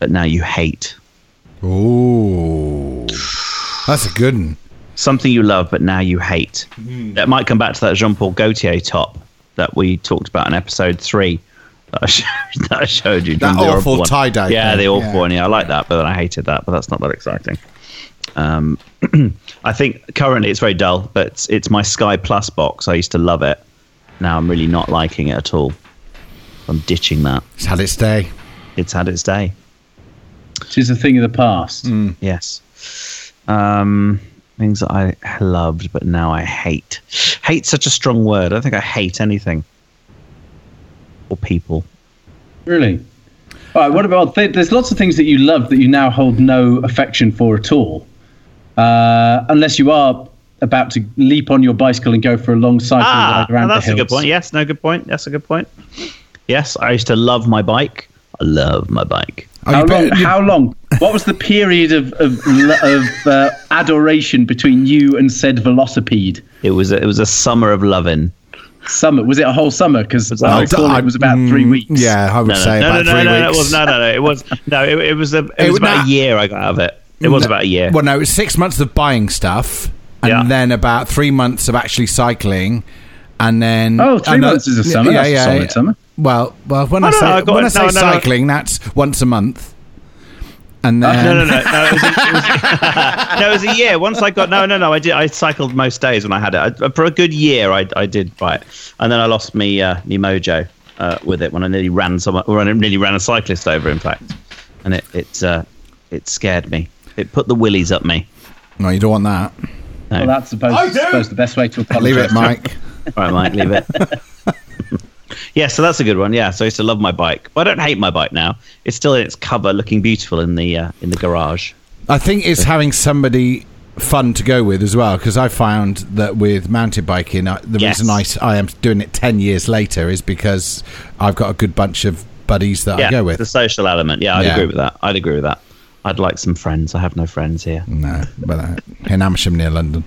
S2: but now you hate.
S4: Ooh. That's a good one.
S2: Something you love, but now you hate.
S4: Mm-hmm.
S2: That might come back to that Jean Paul Gaultier top that we talked about in episode three. That I showed, that I showed you.
S4: That
S2: John, the
S4: awful
S2: one.
S4: tie-dye
S2: Yeah,
S4: thing,
S2: the awful
S4: yeah.
S2: one. Yeah, I like that, but then I hated that. But that's not that exciting. Um, I think currently it's very dull, but it's, it's my Sky Plus box. I used to love it. Now I'm really not liking it at all. I'm ditching that.
S4: It's had its day.
S2: It's had its day.
S3: It is a thing of the past.
S2: Mm. Yes. Um, things that I loved, but now I hate. Hate's such a strong word. I don't think I hate anything or people.
S3: Really? All right. What about th- there's lots of things that you love that you now hold no affection for at all, uh, unless you are about to leap on your bicycle and go for a long cycle
S2: Ah,
S3: ride around
S2: that's
S3: the
S2: a
S3: hills.
S2: good point. Yes, no, good point. That's a good point. Yes, I used to love my bike. I love my bike.
S4: Oh,
S3: How
S4: you bet-
S3: long?
S4: you-
S3: How long? What was the period of of, lo- of uh, adoration between you and said velocipede?
S2: It was a, it was a summer of loving.
S3: Summer? Was it a whole summer? Because
S2: a
S3: I
S2: whole
S3: thought
S4: I-
S3: it was about three
S4: mm,
S3: weeks.
S4: Yeah, I would
S2: No, no,
S4: say
S2: no,
S4: about
S2: no, no,
S4: three
S2: no, no,
S4: weeks.
S2: it was no, no, no. It was no, it, it was a, it, was
S4: would
S2: about
S4: not-
S2: a year I got out of it. It was
S4: No.
S2: about a year.
S4: Well, no, it was six months of buying stuff, and
S2: Yeah.
S4: then about three months of actually cycling, and then
S3: Oh, three
S4: and, uh,
S3: months is a summer. That's a solid summer.
S4: Well, well, when I,
S2: Oh, no,
S4: say
S2: no, I got
S4: when
S2: it.
S4: I say
S2: No, no, no.
S4: cycling, that's once a month, and then
S2: No, no, no, no. It was, a, it was- no, it was a year. Once I got no, no, no. I did. I cycled most days when I had it I, for a good year. I, I did buy it, and then I lost me uh, me mojo uh, with it when I nearly ran someone, or I nearly ran a cyclist over, in fact, and it it uh, it scared me. It put the willies up me.
S4: no, you don't want that.
S3: Well, that's supposed,
S8: I do.
S3: supposed the best way to apologize.
S4: Leave it, Mike.
S2: All right, Mike, leave it. yeah, so that's a good one. Yeah, so I used to love my bike. Well, I don't hate my bike now. It's still in its cover, looking beautiful in the uh, in the garage.
S4: I think it's having somebody fun to go with as well because I found that with mountain biking, I, the
S2: Yes.
S4: reason I, s- I am doing it 10 years later is because I've got a good bunch of buddies that
S2: yeah,
S4: I go
S2: the
S4: with.
S2: social element. Yeah, I'd
S4: Yeah.
S2: agree with that. I'd agree with that. I'd like some friends. I have no friends here
S4: No, but uh, in Amersham near London.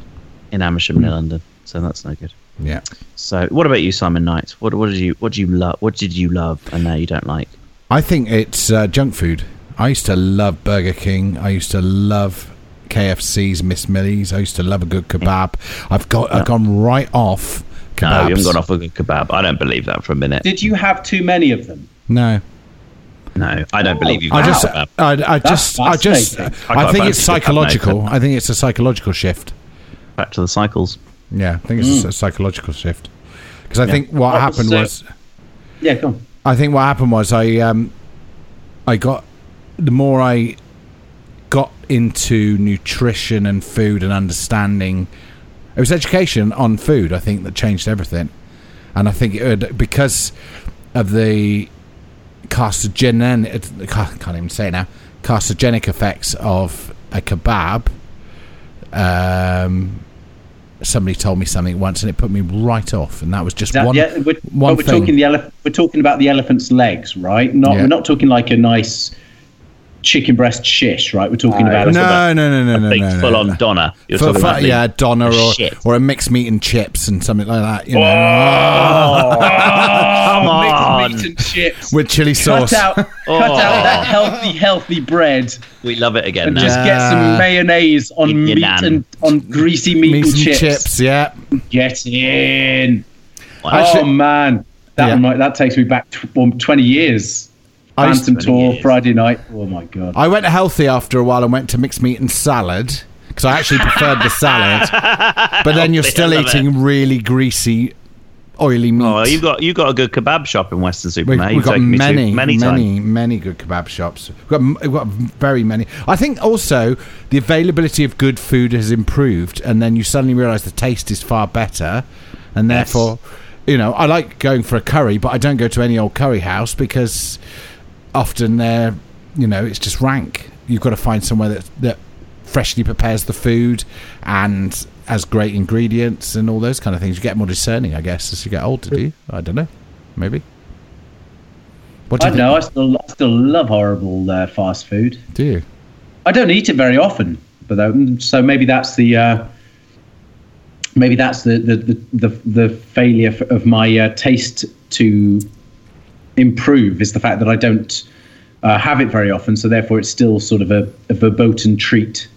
S2: in Amersham,
S4: Hmm.
S2: near London, so that's no good.
S4: Yeah.
S2: So, what about you, Simon Knight? What what did you what do you love? What did you love, and now you don't like?
S4: I think it's uh, junk food. I used to love Burger King. I used to love KFC's Miss Millie's. I used to love a good kebab. I've got I've gone right off
S2: Mm. No,
S4: kebabs.
S2: you haven't gone off a good kebab. I don't believe that for a minute.
S3: Did you have too many of them?
S4: No.
S2: No, I don't believe you.
S4: I just,
S2: Kebab.
S4: I, I just, I just,
S3: fascinating.
S2: I quite
S4: I think it's
S2: fancy a cup noodle.
S4: psychological. I think it's a psychological shift.
S2: back to the cycles.
S4: Yeah, I think
S2: Mm.
S4: it's a psychological shift because I think what
S3: Right,
S4: happened
S3: so-
S4: was,
S3: Yeah, go on.
S4: I think what happened was I, um, I got the more I got into nutrition and food and understanding, it was education on food. I think that changed everything, and I think it had, because of the carcinogen, I can't even say it now, carcinogenic effects of a kebab. Um, somebody told me something once, and it put me right off, and that was just
S3: That-
S4: one.
S3: yeah, we're,
S4: one
S3: but we're
S4: thing.
S3: talking the elef- We're talking about the elephant's legs, right? Not
S4: Yeah.
S3: we're not talking like a nice chicken breast shish, right? We're talking about
S4: no, no, no, no, no,
S2: Big
S4: no, no,
S2: full on
S4: no.
S2: Donna. You're
S4: for,
S2: talking
S4: for-
S2: about the-
S4: yeah, Donna
S2: the
S4: or,
S2: shit.
S4: or a mixed meat and chips and something like that, you know,
S2: Oh. Come on,
S3: mixed meat and chips.
S4: with chili sauce. Oh.
S3: cut out, cut out that healthy, healthy bread
S2: we love it again
S3: and
S2: now.
S3: just get some
S4: Nah.
S3: mayonnaise on
S2: In your
S3: meat
S2: nan.
S3: and on greasy meat,
S4: Meat
S3: and,
S4: and chips.
S3: chips.
S4: yeah.
S3: Get in. oh
S4: Actually-
S3: man, that
S4: Yeah.
S3: might, that takes me back tw- well, twenty years.
S4: I used-
S3: Phantom
S2: 20
S3: tour
S2: years.
S3: Friday night. Oh my god.
S4: I went healthy after a while and went to mixed meat and salad because I actually preferred the salad. But then you're
S2: Healthy,
S4: still
S2: I love
S4: eating really greasy, oily meat.
S2: Oh, you've got you've got a good kebab shop in Western
S4: We've,
S2: Superman.
S4: we've
S2: You've
S4: got
S2: taken me to
S4: many,
S2: many
S4: many,
S2: times.
S4: many, good kebab shops. We've got, m- we've got very many. I think also the availability of good food has improved, and then you suddenly realise the taste is far better, and therefore, you know, I like going for a curry, but I don't go to any old curry house because often they're, you know, it's just rank. You've got to find somewhere that that freshly prepares the food and has great ingredients and all those kind of things. You get more discerning, I guess, as you get older. Do you? I don't know. Maybe. What do
S3: I
S4: you
S3: don't know. I still, I still love horrible uh, fast food.
S4: think? Do you?
S3: I don't eat it very often, but um, so maybe that's the uh, maybe that's the the the, the, the failure f- of my uh, taste to improve is the fact that I don't uh, have it very often, so therefore it's still sort of a, a verboten treat.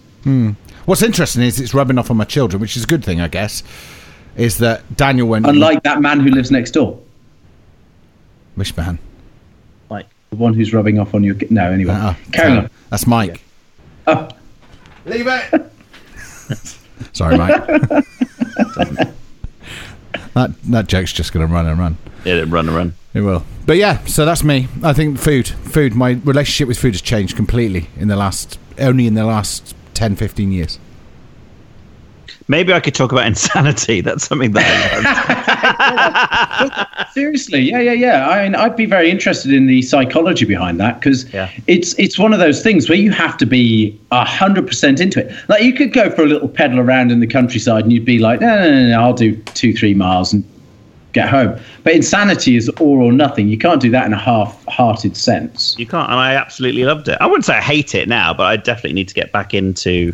S4: What's interesting is it's rubbing off on my children, which is a good thing, I guess. Is that Daniel went?
S3: Unlike that man who lives next door,
S4: which man?
S2: Like
S3: the one who's rubbing off on your. No, anyway,
S4: Uh,
S3: carry on.
S4: That's Mike.
S3: Oh,
S7: Leave it.
S4: Sorry, Mike. that that joke's just going to run and run.
S2: yeah, they run and run.
S4: It will. But yeah, so that's me. I think food, food, my relationship with food has changed completely in the last, only in the last 10, 15 years.
S2: Maybe I could talk about insanity. That's something that
S3: Seriously, yeah, yeah, yeah. I mean, I'd be very interested in the psychology behind that because
S2: Yeah.
S3: it's it's one of those things where you have to be hundred percent into it. Like you could go for a little pedal around in the countryside and you'd be like, no, no, no, no, I'll do two, three miles and get home. But insanity is all or nothing. You can't do that in a half-hearted sense.
S2: you can't. And I absolutely loved it. I wouldn't say I hate it now, but I definitely need to get back into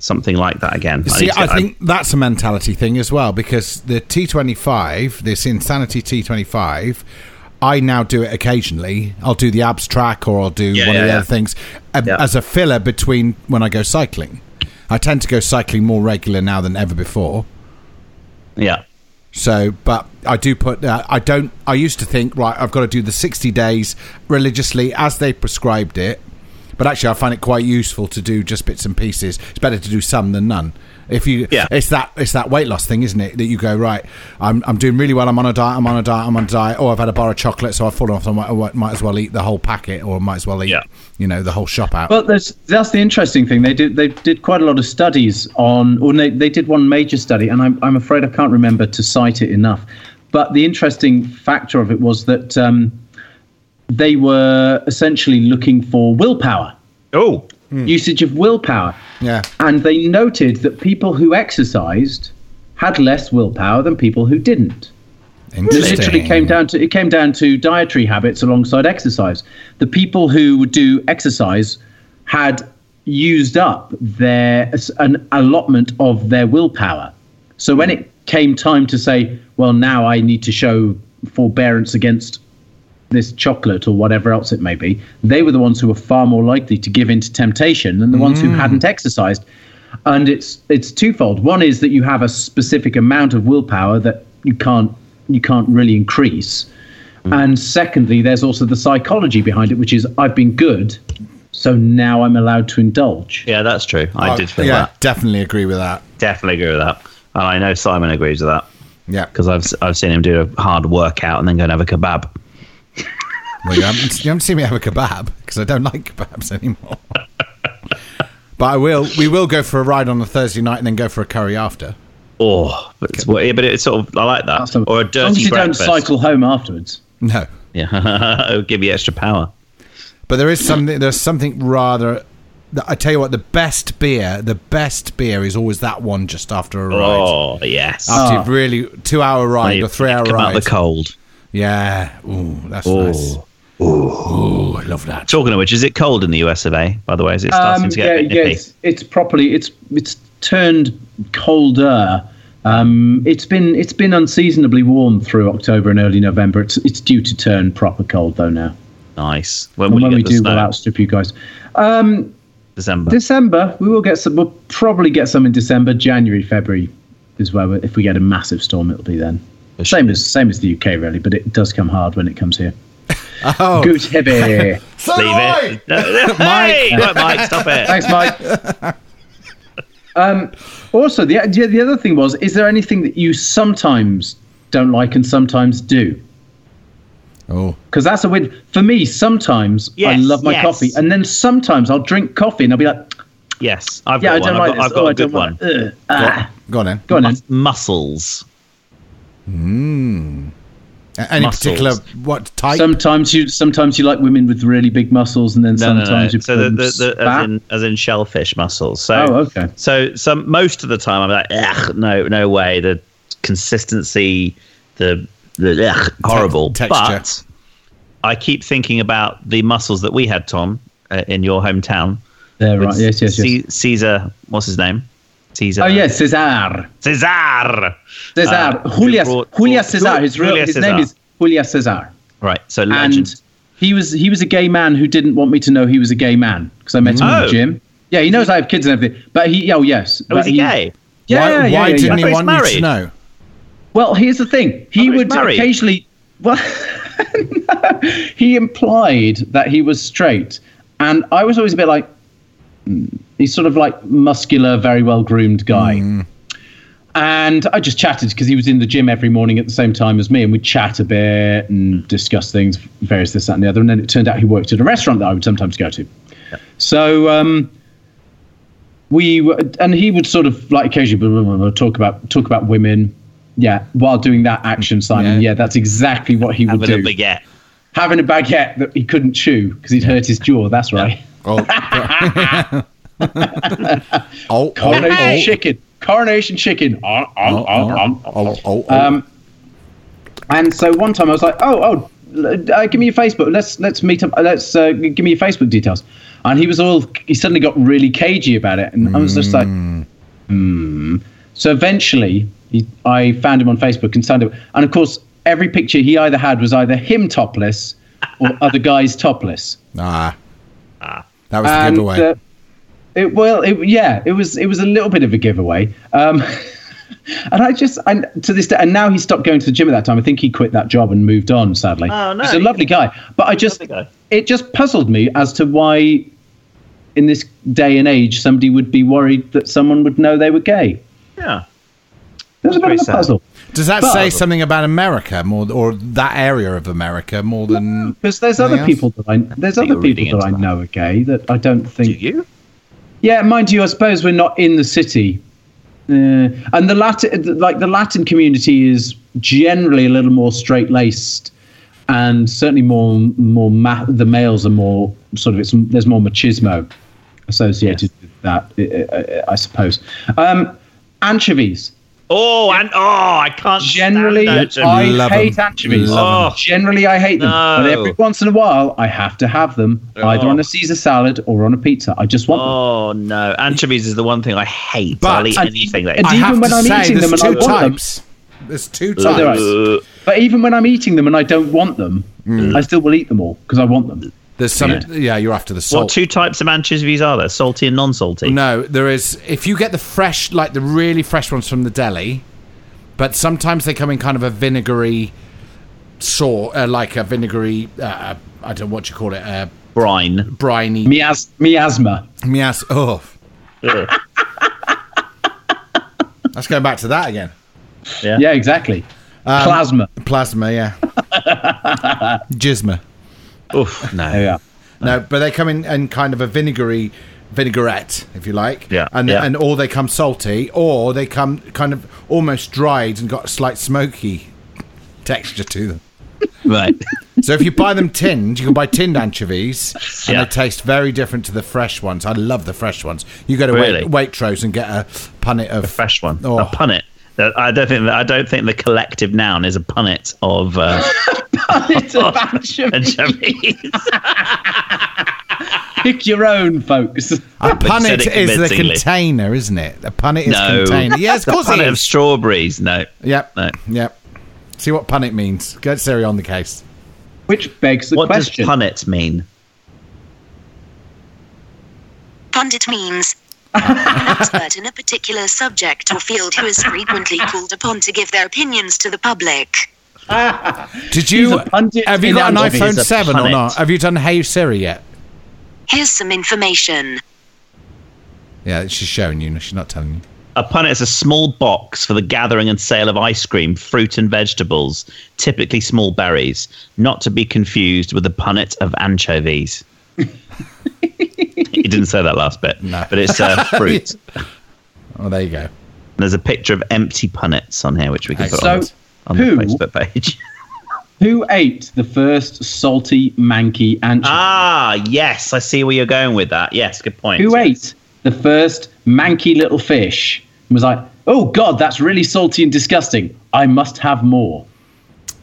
S2: something like that again.
S4: See,
S2: need to
S4: I
S2: get-
S4: think that's a mentality thing as well because the T25, this Insanity T25, I now do it occasionally. I'll do the abs track or I'll do
S2: Yeah,
S4: one
S2: yeah,
S4: of the
S2: yeah.
S4: other things uh,
S2: Yeah.
S4: as a filler between when I go cycling. I tend to go cycling more regular now than ever before.
S2: Yeah.
S4: So, but I do put. Uh, I don't. I used to think right. I've got to do the sixty days religiously as they prescribed it. But actually, I find it quite useful to do just bits and pieces. It's better to do some than none. If you,
S2: Yeah.
S4: it's that it's that weight loss thing, isn't it? That you go right. I'm I'm doing really well. I'm on a diet. I'm on a diet. I'm on a diet. Oh, I've had a bar of chocolate, so I've fallen off. I might, I might as well eat the whole packet, or might as well eat,
S2: Yeah.
S4: you know, the whole shop out.
S3: Well, there's, that's the interesting thing. They did they did quite a lot of studies on, or they, they did one major study, and I'm, I'm afraid I can't remember to cite it enough. But the interesting factor of it was that um, they were essentially looking for willpower,
S2: Oh,
S3: usage of willpower,
S4: yeah.
S3: and they noted that people who exercised had less willpower than people who didn't. It
S4: Interesting.
S3: literally came down to it came down to dietary habits alongside exercise. The people who would do exercise had used up their an allotment of their willpower. So when it came time to say, well, now I need to show forbearance against this chocolate or whatever else it may be, they were the ones who were far more likely to give in to temptation than the ones who hadn't exercised. And it's it's twofold. One is that you have a specific amount of willpower that you can't you can't really increase.
S2: Hmm.
S3: And secondly, there's also the psychology behind it, which is I've been good, so now I'm allowed to indulge.
S2: yeah, that's true. I did feel
S4: Uh, yeah,
S2: that.
S4: definitely agree with that.
S2: Definitely agree with that. And I know Simon agrees with that
S4: Yeah,
S2: because I've I've seen him do a hard workout and then go and have a kebab.
S4: Well, you haven't, you haven't seen me have a kebab because I don't like kebabs anymore. but I will. We will go for a ride on a Thursday night and then go for a curry after.
S2: Oh, but it's, well, yeah, but it's sort of I like that.
S3: That's a-
S2: or a
S3: as long as
S2: dirty
S3: you
S2: breakfast.
S3: don't cycle home afterwards.
S4: No,
S2: Yeah, it'll give you extra power.
S4: but there is something. There's something rather. I tell you what, the best beer, the best beer is always that one just after a ride.
S2: Oh yes,
S4: After
S3: Ah.
S4: you've really two hour ride
S2: Mate,
S4: or three hour
S2: come out
S4: ride.
S2: the cold.
S4: yeah. Ooh, that's
S2: Oh.
S4: nice. Ooh, I love that.
S2: Talking of which, is it cold in the US of A? By the way, is it starting
S3: Um,
S2: to get a bit nippy?
S3: it's, it's properly it's it's turned colder. Um, it's been it's been unseasonably warm through October and early November. It's it's due to turn proper cold though now.
S2: Nice. When
S3: And
S2: will
S3: when
S2: you
S3: we
S2: get the
S3: do,
S2: snow?
S3: we'll outstrip you guys.
S2: December.
S3: December we will get some. We'll probably get some in December. January, February is where we, if we get a massive storm, it'll be then. Same as same as the UK really, but it does come hard when it comes here.
S4: Oh,
S3: Good heavy.
S7: So do
S2: Leave
S7: I!
S2: it. Hey, right, Mike, stop it.
S3: Thanks, Mike. um, also, the, the the other thing was: is there anything that you sometimes don't like and sometimes do?
S4: oh,
S3: Because that's a win for me. Sometimes I
S2: Yes,
S3: love my
S2: yes.
S3: coffee, and then sometimes I'll drink coffee and I'll be like,
S2: Yes, I've
S3: "Yeah, I
S2: got
S3: don't
S2: one.
S3: like
S2: I've got, I've
S3: this.
S2: got
S3: oh, I
S2: a
S3: don't
S2: good
S3: want
S2: one.
S3: it. Ugh, ah."
S4: go on then.
S3: Go on, then.
S2: Mus- muscles.
S4: A- Any
S2: Muscles.
S4: particular what type?
S3: Sometimes you sometimes you like women with really big muscles, and then
S2: No,
S3: sometimes
S2: no, no.
S3: you
S2: So the,
S3: prefer
S2: the, the,
S3: fat.
S2: as in as in shellfish mussels. So
S3: Oh, okay.
S2: So some most of the time I'm like, ugh, no, no way. The consistency, the the ugh, horrible.
S4: texture.
S2: But I keep thinking about the mussels that we had, Tom, uh, in your hometown.
S3: There, right? Yes, yes, yes.
S2: Ce- Caesar, what's his name? Caesar.
S3: Oh yes, Cesar,
S2: Caesar.
S3: Cesar,
S2: Uh,
S3: Julia,
S2: brought-
S3: Julia
S2: brought-
S3: Cesar. His, real,
S2: Julia
S3: his
S2: Cesar.
S3: name is Julia Cesar.
S2: Right. So legend.
S3: and he was he was a gay man who didn't want me to know he was a gay man because I met him in
S2: Oh.
S3: the gym. Yeah, he knows I have kids and everything, but he oh yes,
S2: oh, is
S3: but
S2: he gay?
S3: Yeah,
S4: why
S3: yeah,
S4: why
S3: yeah,
S4: didn't
S3: yeah.
S4: he
S2: He's
S4: want you to
S2: married.
S4: know?
S3: Well, here's the thing: he
S2: Oh, he's
S3: would
S2: married.
S3: occasionally. Well, no, he implied that he was straight, and I was always a bit like, "Hmm." he's sort of like muscular, very well groomed guy.
S2: Hmm.
S3: And I just chatted because he was in the gym every morning at the same time as me, and we'd chat a bit and discuss things, various this, that, and the other. And then it turned out he worked at a restaurant that I would sometimes go to. So um, we were, and he would sort of like occasionally blah, blah, blah, blah, talk about talk about women, yeah, while doing that action, Simon.
S4: Yeah.
S3: Yeah, that's exactly what he would
S2: Having
S3: do.
S2: a baguette.
S3: Having a baguette that he couldn't chew because he'd hurt his jaw. That's right.
S4: Oh, oh, oh,
S3: Coronation
S4: oh.
S3: chicken. Coronation chicken. Ah, ah,
S4: Oh,
S3: ah, ah,
S4: oh,
S3: ah.
S4: oh, oh, oh.
S3: Um, and so one time I was like, "Oh, oh, l- uh, give me your Facebook. Let's let's meet up. Let's uh, g- give me your Facebook details." And he was all he suddenly got really cagey about it, and I was just like, "Hmm." So eventually, he, I found him on Facebook and signed up. And of course, every picture he either had was either him topless or other guys topless.
S4: ah, that was the
S3: And,
S4: giveaway.
S3: uh, It well, it, yeah, it was it was a little bit of a giveaway. Um, and I just and to this day, and now he stopped going to the gym at that time. I think he quit that job and moved on. Sadly,
S2: Oh, no.
S3: he's a lovely guy. But I just
S2: Lovely guy.
S3: it just puzzled me as to why, in this day and age, somebody would be worried that someone would know they were gay.
S2: Yeah.
S3: It was a bit
S2: Pretty
S3: of a
S2: sad.
S3: puzzle
S4: Does that
S3: But-
S4: say something about America more, or that area of America more than?
S3: because there's
S4: Anything
S3: other
S4: else?
S3: people that I there's
S2: think
S3: other
S2: you're reading
S3: people that I
S2: into that.
S3: know are gay that I don't think
S2: Do you?
S3: Yeah, mind you, I suppose we're not in the city, uh, and the Latin, like the Latin community, is generally a little more straight laced, and certainly more more ma- the males are more sort of it's there's more machismo associated with that, uh, I, I, I suppose. Um, anchovies.
S2: Oh, and oh, I can't. stand
S3: Generally,
S2: that.
S3: I
S4: Love 'em.
S3: hate anchovies.
S4: Love
S2: 'em. Oh.
S3: Generally, I hate them. But
S2: No.
S3: every once in a while, I have to have them, either
S2: Oh.
S3: on a Caesar salad or on a pizza. I just want them.
S2: Oh no, anchovies is the one thing I hate.
S4: But-
S2: I'll eat
S3: And-
S2: anything that.
S3: and
S4: I
S3: Even
S4: have
S3: when
S4: to
S3: I'm
S4: say,
S3: eating
S4: there's
S3: them and I
S4: two
S3: want them-
S4: types. There's two
S3: Oh, there
S4: types.
S3: are. But even when I'm eating them and I don't want them, I still will eat them all because I want them.
S4: There's some. Yeah. you're after the salt.
S2: what two types of anchovies are there? Salty and non-salty.
S4: No, there is. If you get the fresh, like the really fresh ones from the deli, but sometimes they come in kind of a vinegary sort, uh, like a vinegary. Uh, I don't know what you call it. Uh,
S2: brine.
S4: briny.
S3: Mias- miasma.
S4: Meows. Oh,
S2: Ugh.
S4: that's going back to that again.
S3: Yeah, exactly. Plasma.
S4: Plasma, yeah. Jisma.
S2: Oof,
S4: Oh,
S2: no.
S3: Yeah.
S4: No, but they come in in kind of a vinegary vinaigrette, if you like.
S2: Yeah,
S4: And
S2: yeah.
S4: and or they come salty, or they come kind of almost dried and got a slight smoky texture to them.
S2: Right.
S4: So if you buy them tinned, you can buy tinned anchovies, and
S2: Yeah.
S4: they taste very different to the fresh ones. I love the fresh ones. You go to
S2: Really?
S4: Wait, Waitrose and get a punnet of
S2: fresh one.
S4: Oh.
S2: A punnet. That- I don't think I don't think the collective noun is a punnet of uh,
S3: it's a bunch of
S2: anchovies.
S3: pick your own, folks.
S4: A punnet
S2: said it
S4: is the
S2: convincingly.
S4: container, isn't it? A punnet is
S2: No.
S4: container. Yeah, of course it
S2: punnet of
S4: is.
S2: strawberries. No.
S4: Yep.
S2: No.
S4: Yep. See what punnet means. Get Siri on the case.
S3: Which begs the
S2: What
S3: question.
S2: does punnet mean?
S5: Pundit means an expert in a particular subject or field who is frequently called upon to give their opinions to the public.
S4: Did you
S3: a pundit
S4: have you
S3: in
S4: got an
S3: anchovies.
S4: iPhone
S2: He's a
S4: seven or
S2: punnet.
S4: not? Have you done Hey Siri yet?
S5: Here's some information.
S4: Yeah, she's showing you. No, she's not telling you.
S2: A punnet is a small box for the gathering and sale of ice cream, fruit, and vegetables, typically small berries, not to be confused with the punnet of anchovies. he didn't say that last bit,
S4: No.
S2: but it's uh, fruit.
S4: Oh, there you go.
S2: And there's a picture of empty punnets on here, which we can put
S3: So,
S2: on, on
S3: who-
S2: the Facebook page.
S3: Who ate the first salty manky anchovy?
S2: ah, yes, I see where you're going with that. Yes, good point.
S3: Who ate the first manky little fish and was like, oh, God, that's really salty and disgusting. I must have more.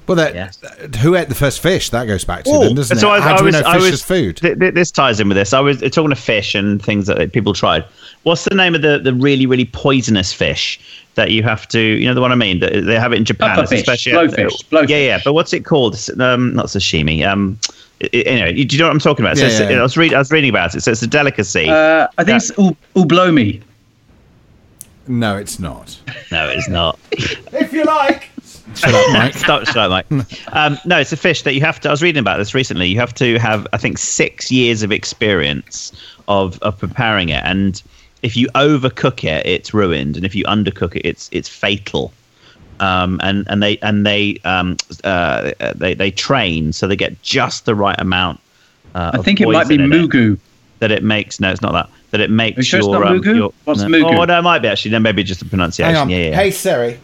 S4: Well, that uh,
S2: Yes. Oh,
S4: who ate the first fish? That goes back to then, doesn't
S2: so
S4: it?
S2: I,
S4: How
S2: I
S4: do
S2: was,
S4: we know
S2: I
S4: fish
S2: was,
S4: is food?
S2: Th- th- this ties in with this. I was talking to fish and things that, people tried. What's the name of the, the really really poisonous fish that you have to? You know the one I mean. That they have it in Japan.
S3: Puffer
S2: It's
S3: fish,
S2: especially- uh,
S3: blowfish, blowfish.
S2: Yeah, yeah. But what's it called? It's, um, not sashimi. Um, i- i- anyway, you, do you know what I'm talking about? So
S4: Yeah,
S2: it's-
S4: yeah, yeah.
S2: I was read, I was reading about it. So it's a delicacy.
S3: Uh, I think it's ub- ublomi.
S4: No, it's not.
S2: no, it's not.
S8: If you like.
S4: Shut up, Mike.
S2: Stop, shut up, Mike. Um, no, it's a fish that you have to. I was reading about this recently. You have to have, I think, six years of experience of of preparing it, and if you overcook it, it's ruined, and if you undercook it, it's it's fatal. Um, and and they and they um, uh, they they train so they get just the right amount. Uh,
S3: I think it might be
S2: mugu
S3: mugu.
S2: that it makes. No, it's not that. That it makes
S3: you sure it's
S2: your,
S3: not
S2: um,
S3: mugu?
S2: your-
S3: What's
S2: no.
S3: mugu?
S2: Oh, no, it might be actually. No, maybe just the pronunciation.
S4: Hang on.
S2: Yeah, yeah. yeah.
S4: Hey Siri,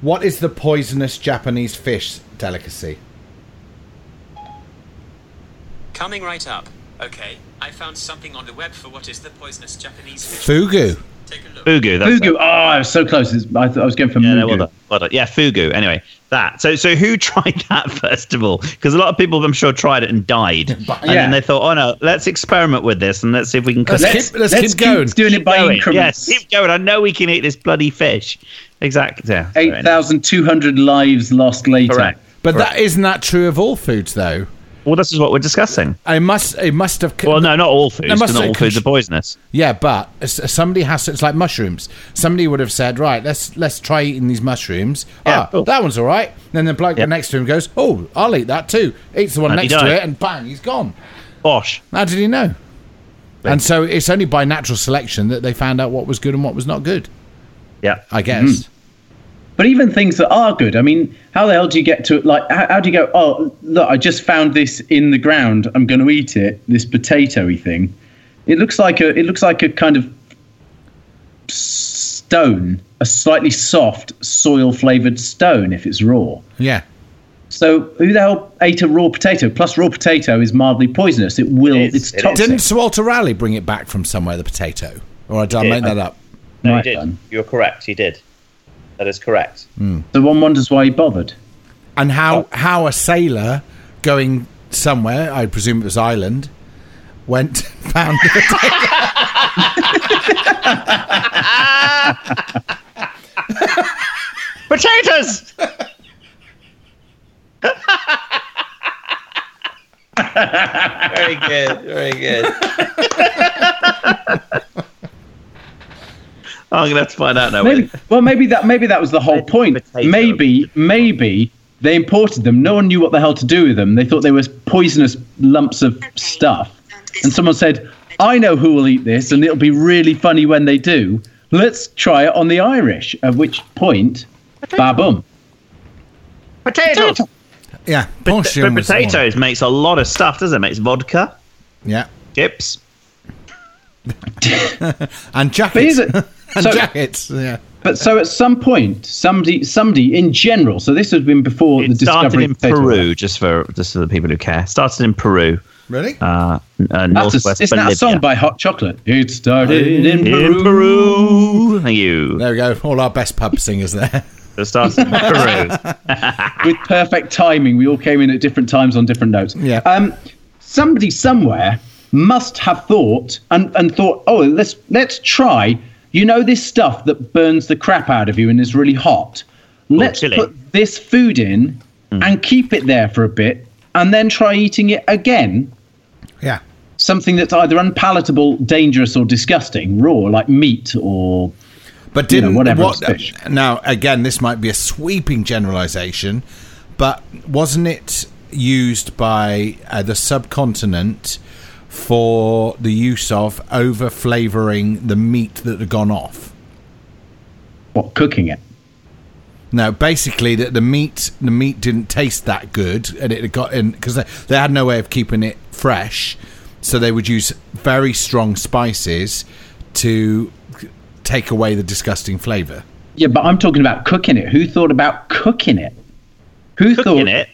S4: what is the poisonous Japanese fish delicacy?
S9: Coming right up. Okay, I found something on the web for what is the poisonous Japanese fish.
S4: Fugu.
S9: Take a look.
S2: Fugu. That's it.
S3: Fugu. Oh, I was so close. It's- I, th- I was going for
S2: Yeah,
S3: Mugu.
S2: no, well done, well done. Yeah, fugu. Anyway, that. So, so who tried that first of all? Because a lot of people, I'm sure, tried it and died, and
S3: Yeah.
S2: then they thought, oh no, let's experiment with this and let's see if we can. cook it."
S4: Let's keep- going.
S3: doing it by
S2: Keep going.
S3: increments.
S2: Yes, keep going. I know we can eat this bloody fish. Exactly. Yeah. So anyway.
S3: 8,200 lives lost later.
S2: Correct.
S4: But that isn't that true of all foods though.
S2: Well, this is what we're discussing.
S4: It must. It must have.
S2: Well, no, not all foods.
S4: They
S2: 'cause
S4: must
S2: Not
S4: say
S2: all foods
S4: contr-
S2: are poisonous.
S4: Yeah, but s- uh, somebody has. To, it's like mushrooms. Somebody would have said, "Right, let's let's try eating these mushrooms.
S2: Yeah,
S4: ah,
S2: cool.
S4: that one's all right." And then the bloke
S2: Yeah.
S4: next to him goes, "Oh, I'll eat that too." Eats the one
S2: And he
S4: next to
S2: died.
S4: it, and bang, he's gone.
S2: Bosh.
S4: How did he know? And so it's only by natural selection that they found out what was good and what was not good.
S2: Yeah.
S4: I guess.
S2: Mm-hmm.
S3: But even things that are good, I mean, how the hell do you get to like? How, how do you go? Oh, look, I just found this in the ground. I'm going to eat it. This potatoy thing. It looks like a. It looks like a kind of stone, a slightly soft soil flavored stone if it's raw.
S4: Yeah.
S3: So who the hell ate a raw potato? Plus, raw potato is mildly poisonous. It will.
S2: It is,
S3: it's
S2: it is.
S3: toxic.
S4: Didn't Sir Walter Raleigh bring it back from somewhere, the potato? Or did I make that up?
S2: No,
S3: Right
S2: he did.
S3: then.
S2: You're correct. He did. That is correct.
S3: So one wonders why he bothered.
S4: And how, how a sailor going somewhere, I presume it was Ireland, went and found the potato.
S2: Potatoes. very good. Very good. Oh, I'm gonna have to find out now.
S3: Maybe, well, maybe that maybe that was the whole point.
S2: Potato.
S3: Maybe maybe they imported them. No one knew what the hell to do with them. They thought they were poisonous lumps of stuff. And someone said, "I know who will eat this, and it'll be really funny when they do. Let's try it on the Irish." At which point, ba-boom.
S2: potatoes.
S4: Yeah.
S2: But
S4: Pension was the one.
S2: potatoes makes a lot of stuff, doesn't it? Makes vodka,
S4: Yeah.
S2: chips.
S4: And
S3: But
S4: jackets.
S3: is it?
S4: and
S3: so-
S4: jackets. Yeah.
S3: But so at some point, somebody somebody in general. So this has been before the
S2: It started
S3: discovery
S2: in
S3: of potato
S2: Peru, just for just for the people who care. Started in Peru,
S4: Really?
S2: uh, uh,
S3: That's a,
S2: northwest
S3: isn't that a song
S2: Bolivia.
S3: by Hot Chocolate? It started in
S2: in
S3: Peru.
S2: Peru, thank you.
S4: there we go. All our best pub singers there.
S2: It started in Peru.
S3: with perfect timing. We all came in at different times on different notes.
S4: Yeah.
S3: Um, somebody somewhere must have thought and, and thought, oh, let's let's try. You know this stuff that burns the crap out of you and is really hot. Let's
S2: chili. Hmm.
S3: put this food in and keep it there for a bit, and then try eating it again.
S4: Yeah.
S3: Something that's either unpalatable, dangerous, or disgusting, raw, like meat or
S4: But
S3: you know,
S4: didn't
S3: whatever
S4: what,
S3: it's fish.
S4: now again this might be a sweeping generalization, but wasn't it used by uh, the subcontinent for the use of over flavoring the meat that had gone off?
S3: what cooking it.
S4: No, basically that the meat the meat didn't taste that good, and it had got in because they, they had no way of keeping it fresh, so they would use very strong spices to take away the disgusting flavor.
S3: Yeah, but I'm talking about cooking it. Who thought about cooking it? Who
S2: Cooking
S3: thought
S2: it,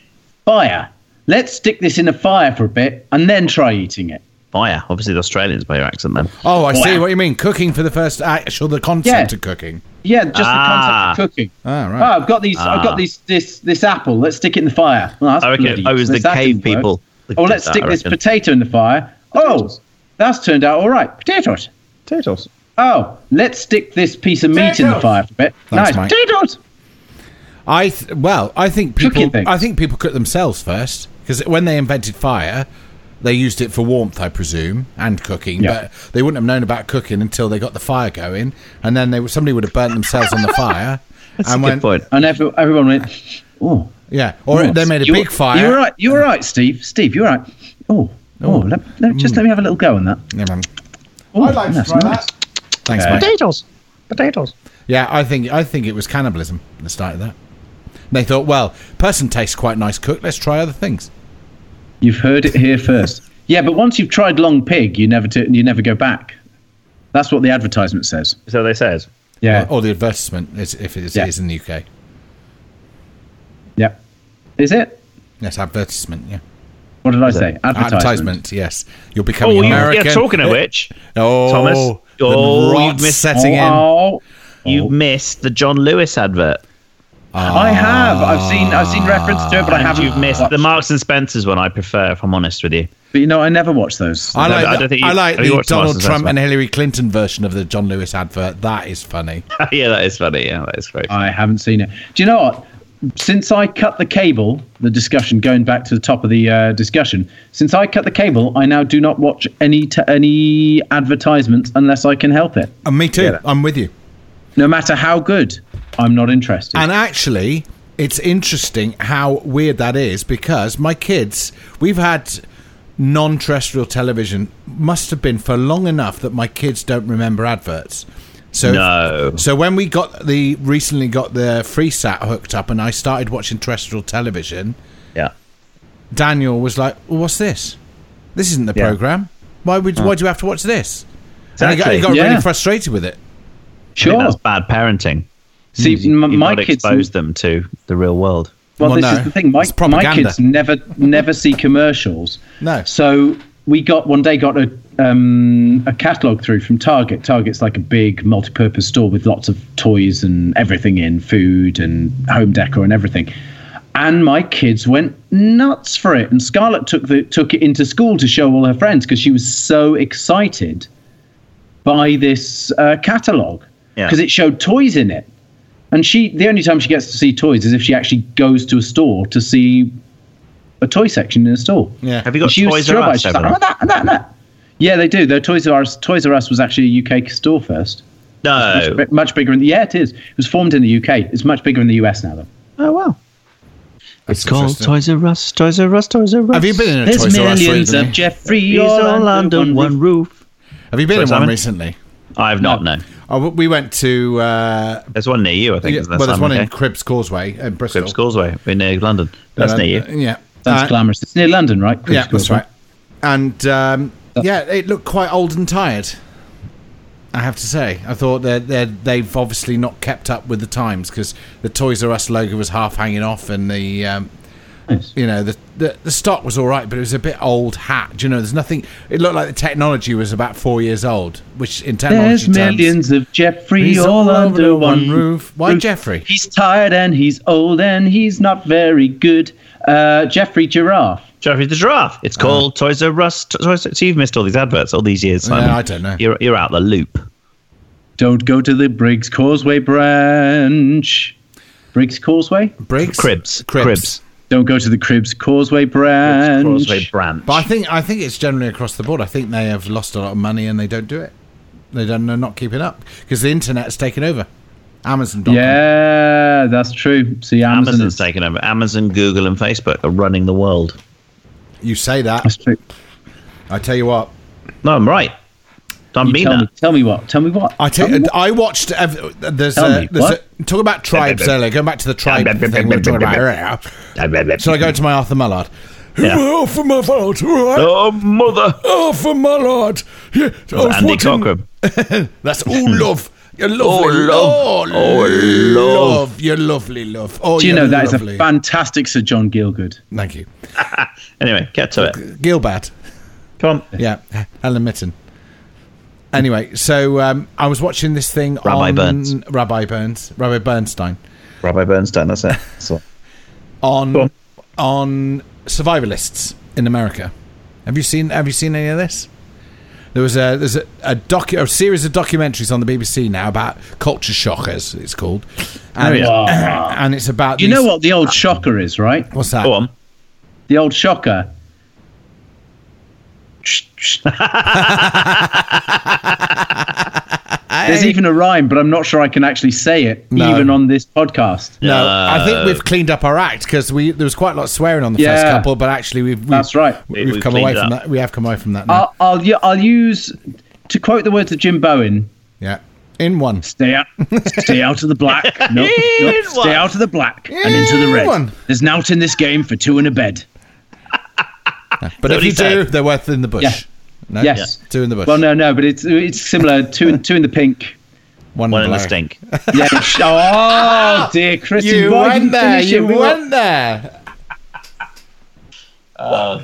S3: fire? Let's stick this in the fire for a bit and then try eating it.
S2: fire. Oh, Obviously, the Australians by your accent then.
S4: Oh, I see
S3: Wow.
S4: what you mean. Cooking for the first actual the concept
S3: Yeah.
S4: of cooking.
S3: Yeah, just
S2: Ah.
S3: the concept of cooking.
S4: Ah, right.
S3: Oh, I've got these. I've got these. This this apple. Let's stick it in the fire. Well, that's
S2: I reckon
S3: bloody
S2: Oh, it was the
S3: useless. That
S2: cave
S3: didn't work.
S2: people that
S3: Oh,
S2: did
S3: let's
S2: that,
S3: stick
S2: I
S3: this
S2: reckon.
S3: potato in the fire. Oh, that's turned out all right. Potatoes.
S2: Potatoes.
S3: Oh, let's stick this piece of meat in the
S8: Potatoes.
S3: fire for a bit.
S4: Thanks,
S3: nice
S4: Mike.
S3: potatoes.
S4: I th- well, I think
S3: Cooking
S4: people.
S3: things.
S4: I think people cook themselves first because when they invented fire, they used it for warmth, I presume, and cooking.
S3: Yeah.
S4: But they wouldn't have known about cooking until they got the fire going, and then they would- somebody would have burnt themselves on the fire.
S2: That's
S4: and
S2: a
S4: went,
S2: good point.
S3: And every, everyone went. Oh,
S4: Yeah, or
S3: Oh,
S4: they made a
S3: you-
S4: big fire.
S3: You were right. You were right, Steve. Steve, you were right. Oh, oh, let, let-
S4: Mm.
S3: just let me have a little go on that.
S4: Yeah, man.
S3: Oh,
S7: I'd like to
S3: that's
S7: try
S3: nice.
S7: that.
S4: Thanks,
S3: Okay.
S4: mate.
S2: Potatoes. Potatoes.
S4: Yeah, I think I think it was cannibalism that started that. They thought, well, person tastes quite nice cooked. Let's try other things.
S3: You've heard it here first. yeah, but once you've tried long pig, you never t- you never go back. That's what the advertisement says.
S2: So they says.
S3: Yeah,
S4: Uh, Or, or the advertisement, is, if it is,
S3: Yeah.
S4: it is in the UK. oh.
S3: yeah. Is it?
S4: Yes, advertisement. Yeah.
S3: What did I say? Advertisement.
S4: advertisement. Yes, you're becoming
S2: Oh, you,
S4: American.
S2: yeah. Talking of which,
S4: oh,
S2: Thomas.
S4: the
S2: Oh,
S4: rot
S2: you've missed-
S4: setting in.
S3: Oh,
S2: you missed the John Lewis advert.
S3: I have. I've seen. I've
S4: Ah.
S3: seen reference to it, but I haven't.
S2: You've missed the Marks and Spencers one. I prefer, if I'm honest with you.
S3: But you know, I never watch those.
S4: I
S2: No,
S4: like.
S2: I
S4: the, I
S2: don't think you-
S4: like
S2: have you
S4: the
S2: watched
S4: Donald
S2: Masters
S4: Trump
S2: Last
S4: and Hillary Clinton version of the John Lewis advert. That is funny.
S3: Uh,
S2: yeah, that is funny. Yeah, that is great.
S3: I haven't seen it. Do you know what? since I cut the cable, the discussion going back to the top of the uh, discussion. Since I cut the cable, I now do not watch any t- any advertisements unless I can help it.
S4: And me too. I'm with you.
S3: No matter how good, I'm not interested.
S4: And actually, it's interesting how weird that is because my kids, we've had non terrestrial television, must have been for long enough that my kids don't remember adverts. So,
S2: No.
S4: so when we got the recently got the FreeSat hooked up, and I started watching terrestrial television,
S2: Yeah.
S4: Daniel was like, well, "What's this? This isn't the
S2: Yeah.
S4: program. Why would why do you have to watch this?" And he got, he
S2: Exactly.
S4: got
S3: Yeah.
S4: really frustrated with it.
S2: I
S3: sure.
S2: think that's bad parenting.
S3: See,
S2: You-
S3: m-
S2: you've
S3: my
S2: not
S3: kids.
S2: exposed them to the real world.
S3: Well,
S4: Well,
S3: this
S4: no.
S3: is the thing. My,
S4: It's
S3: my
S4: propaganda.
S3: kids never never see commercials.
S4: No.
S3: So we got one day got a um, a catalog through from Target. Target's like a big multi-purpose store with lots of toys and everything in food and home decor and everything. And my kids went nuts for it. And Scarlett took the took it into school to show all her friends because she was so excited by this uh, catalog
S2: Yeah.
S3: because it showed toys in it. And she, the only time she gets to see toys is if she actually goes to a store to see a toy section in a store.
S4: Yeah.
S2: Have you got
S3: she was
S2: Toys R
S3: thrilled
S2: Us?
S3: by it. She's like,
S2: over
S3: "I want
S2: there?
S3: that, I want that, I want that. Yeah, they do. Though Toys R Us, Toys R Us was actually a UK store first. Much,
S2: No.
S3: bi- much bigger in the yeah, it is. It was formed in the UK. It's much bigger in the US now, though.
S2: Oh wow.
S4: That's
S2: It's called
S4: interesting.
S2: Toys R Us. Toys R Us. Toys R Us.
S4: Have you been in a
S3: There's
S4: Toys R Us
S3: millions
S4: recently?
S3: of Jeffrey
S2: He's all under one,
S3: roof.
S2: roof.
S4: Have you been
S2: Sorry, Simon?
S4: in one recently?
S2: I have not known.
S4: Oh, w- we went to uh,
S2: There's one near you, I think.
S4: yeah,
S2: isn't there,
S4: well, there's
S2: Simon?
S4: one in
S2: Okay.
S4: Cribs Causeway in Bristol.
S2: Cribbs Causeway in uh, London. That's
S4: Uh,
S2: near you.
S4: Yeah,
S3: That's
S4: Uh,
S3: glamorous. It's near London, right?
S4: Yeah,
S3: Cribs
S4: that's
S3: Causeway.
S4: right. And um, yeah, it looked quite old and tired. I have to say, I thought that they they've obviously not kept up with the times because the Toys R Us logo was half hanging off, and the um,
S3: Nice.
S4: you know the, the the stock was all right, but it was a bit old hat. Do You know, there's nothing. It looked like the technology was about four years old, which in technology
S3: There's
S4: terms,
S3: millions of Jeffrey
S4: He's
S3: all,
S4: all
S3: under one roof.
S4: Why Jeffrey?
S3: He's tired and he's old and he's not very good. Uh, Jeffrey Giraffe.
S2: Jeffrey the Giraffe. It's
S4: Uh-huh.
S2: called Toys R Us. To- Toys- So you've missed all these adverts all these years,
S4: Yeah,
S2: Simon.
S4: I don't know.
S2: You're, you're out the loop.
S3: Don't go to the Briggs Causeway branch. Briggs Causeway?
S4: Briggs?
S2: Cribs.
S4: Cribs.
S2: Cribs.
S3: Don't go to the Cribs Causeway branch.
S2: Causeway branch.
S4: But I think I think it's generally across the board. I think they have lost a lot of money and they don't do it. They don't. They're not keeping up because the internet's taken over. Amazon.com.
S3: yeah, that's true. See, Amazon
S2: Amazon's
S3: is-
S2: taken over. Amazon, Google, and Facebook are running the world.
S4: You say that.
S3: That's true.
S4: I tell you what.
S2: No, I'm right. I
S3: You
S2: mean
S3: tell,
S2: that.
S3: me, tell me what. Tell me what.
S4: I
S3: tell
S4: tell. uh,
S3: me what.
S4: I watched. ev- There's
S3: Tell
S4: a,
S3: me,
S4: there's
S3: what?
S4: a, talk about tribes earlier. Going back to the tribe thing we were talking about earlier. Shall I go to my Arthur Mullard?
S2: Yeah.
S4: Oh, for my lord! all right.
S2: Oh, mother.
S4: Oh, for my lord! Yeah, I
S3: Oh,
S4: was
S2: Andy
S4: watching-
S2: Cochran.
S4: That's all love. You're lovely.
S2: love.
S4: Oh,
S2: love.
S4: love. You're lovely, love. Oh,
S3: Do you know
S4: you're
S3: that is
S4: lovely.
S3: a fantastic Sir John Gielgud?
S4: Thank you.
S2: Anyway, get to it.
S4: Gilbert.
S2: Come on.
S4: Yeah, Helen Mitten. Anyway, so um, I was watching this thing
S2: Rabbi
S4: on
S2: Burns.
S4: Rabbi Burns, Rabbi Bernstein
S2: Rabbi Bernstein, that's it. That's all.
S4: on
S2: Go on.
S4: on survivalists in America. Have you seen Have you seen any of this? There was a there's a, a docu a series of documentaries on the BBC now about culture shockers. It's called, and,
S2: Oh, yeah.
S4: and it's about
S3: You
S4: these-
S3: know what the old shocker is, right?
S4: What's that?
S2: Go on.
S3: The old shocker. There's even a rhyme, but I'm not sure I can actually say it,
S4: No.
S3: even on this podcast.
S4: No, I
S2: Uh,
S4: think we've cleaned up our act because we there was quite a lot of swearing on the first
S3: Yeah.
S4: couple, but actually we've, we've
S3: That's right.
S4: We've,
S2: We've
S4: come
S2: cleaned
S4: away
S2: it
S4: from
S2: up.
S4: that. We have come away from that. Now.
S3: I'll, I'll, u- I'll use, to quote the words of Jim Bowen,
S4: yeah, in one.
S3: stay out, stay out of the black. No, no,
S2: one.
S3: stay out of the black and into the
S4: In
S3: red.
S4: one.
S3: There's nought in this game for two in a bed.
S4: But if
S2: what he
S4: you do,
S2: said.
S4: they're worth in the bush.
S3: Yeah.
S4: No?
S3: Yes.
S4: Yeah. two in the bush.
S3: Well, no, no, but it's it's similar. Two in, two in the pink.
S4: one,
S2: One in the
S4: black.
S2: stink.
S3: Yeah. Oh dear, Chris,
S4: You
S3: why didn't
S4: went there.
S3: finish it?
S4: You
S3: We were-
S4: went there.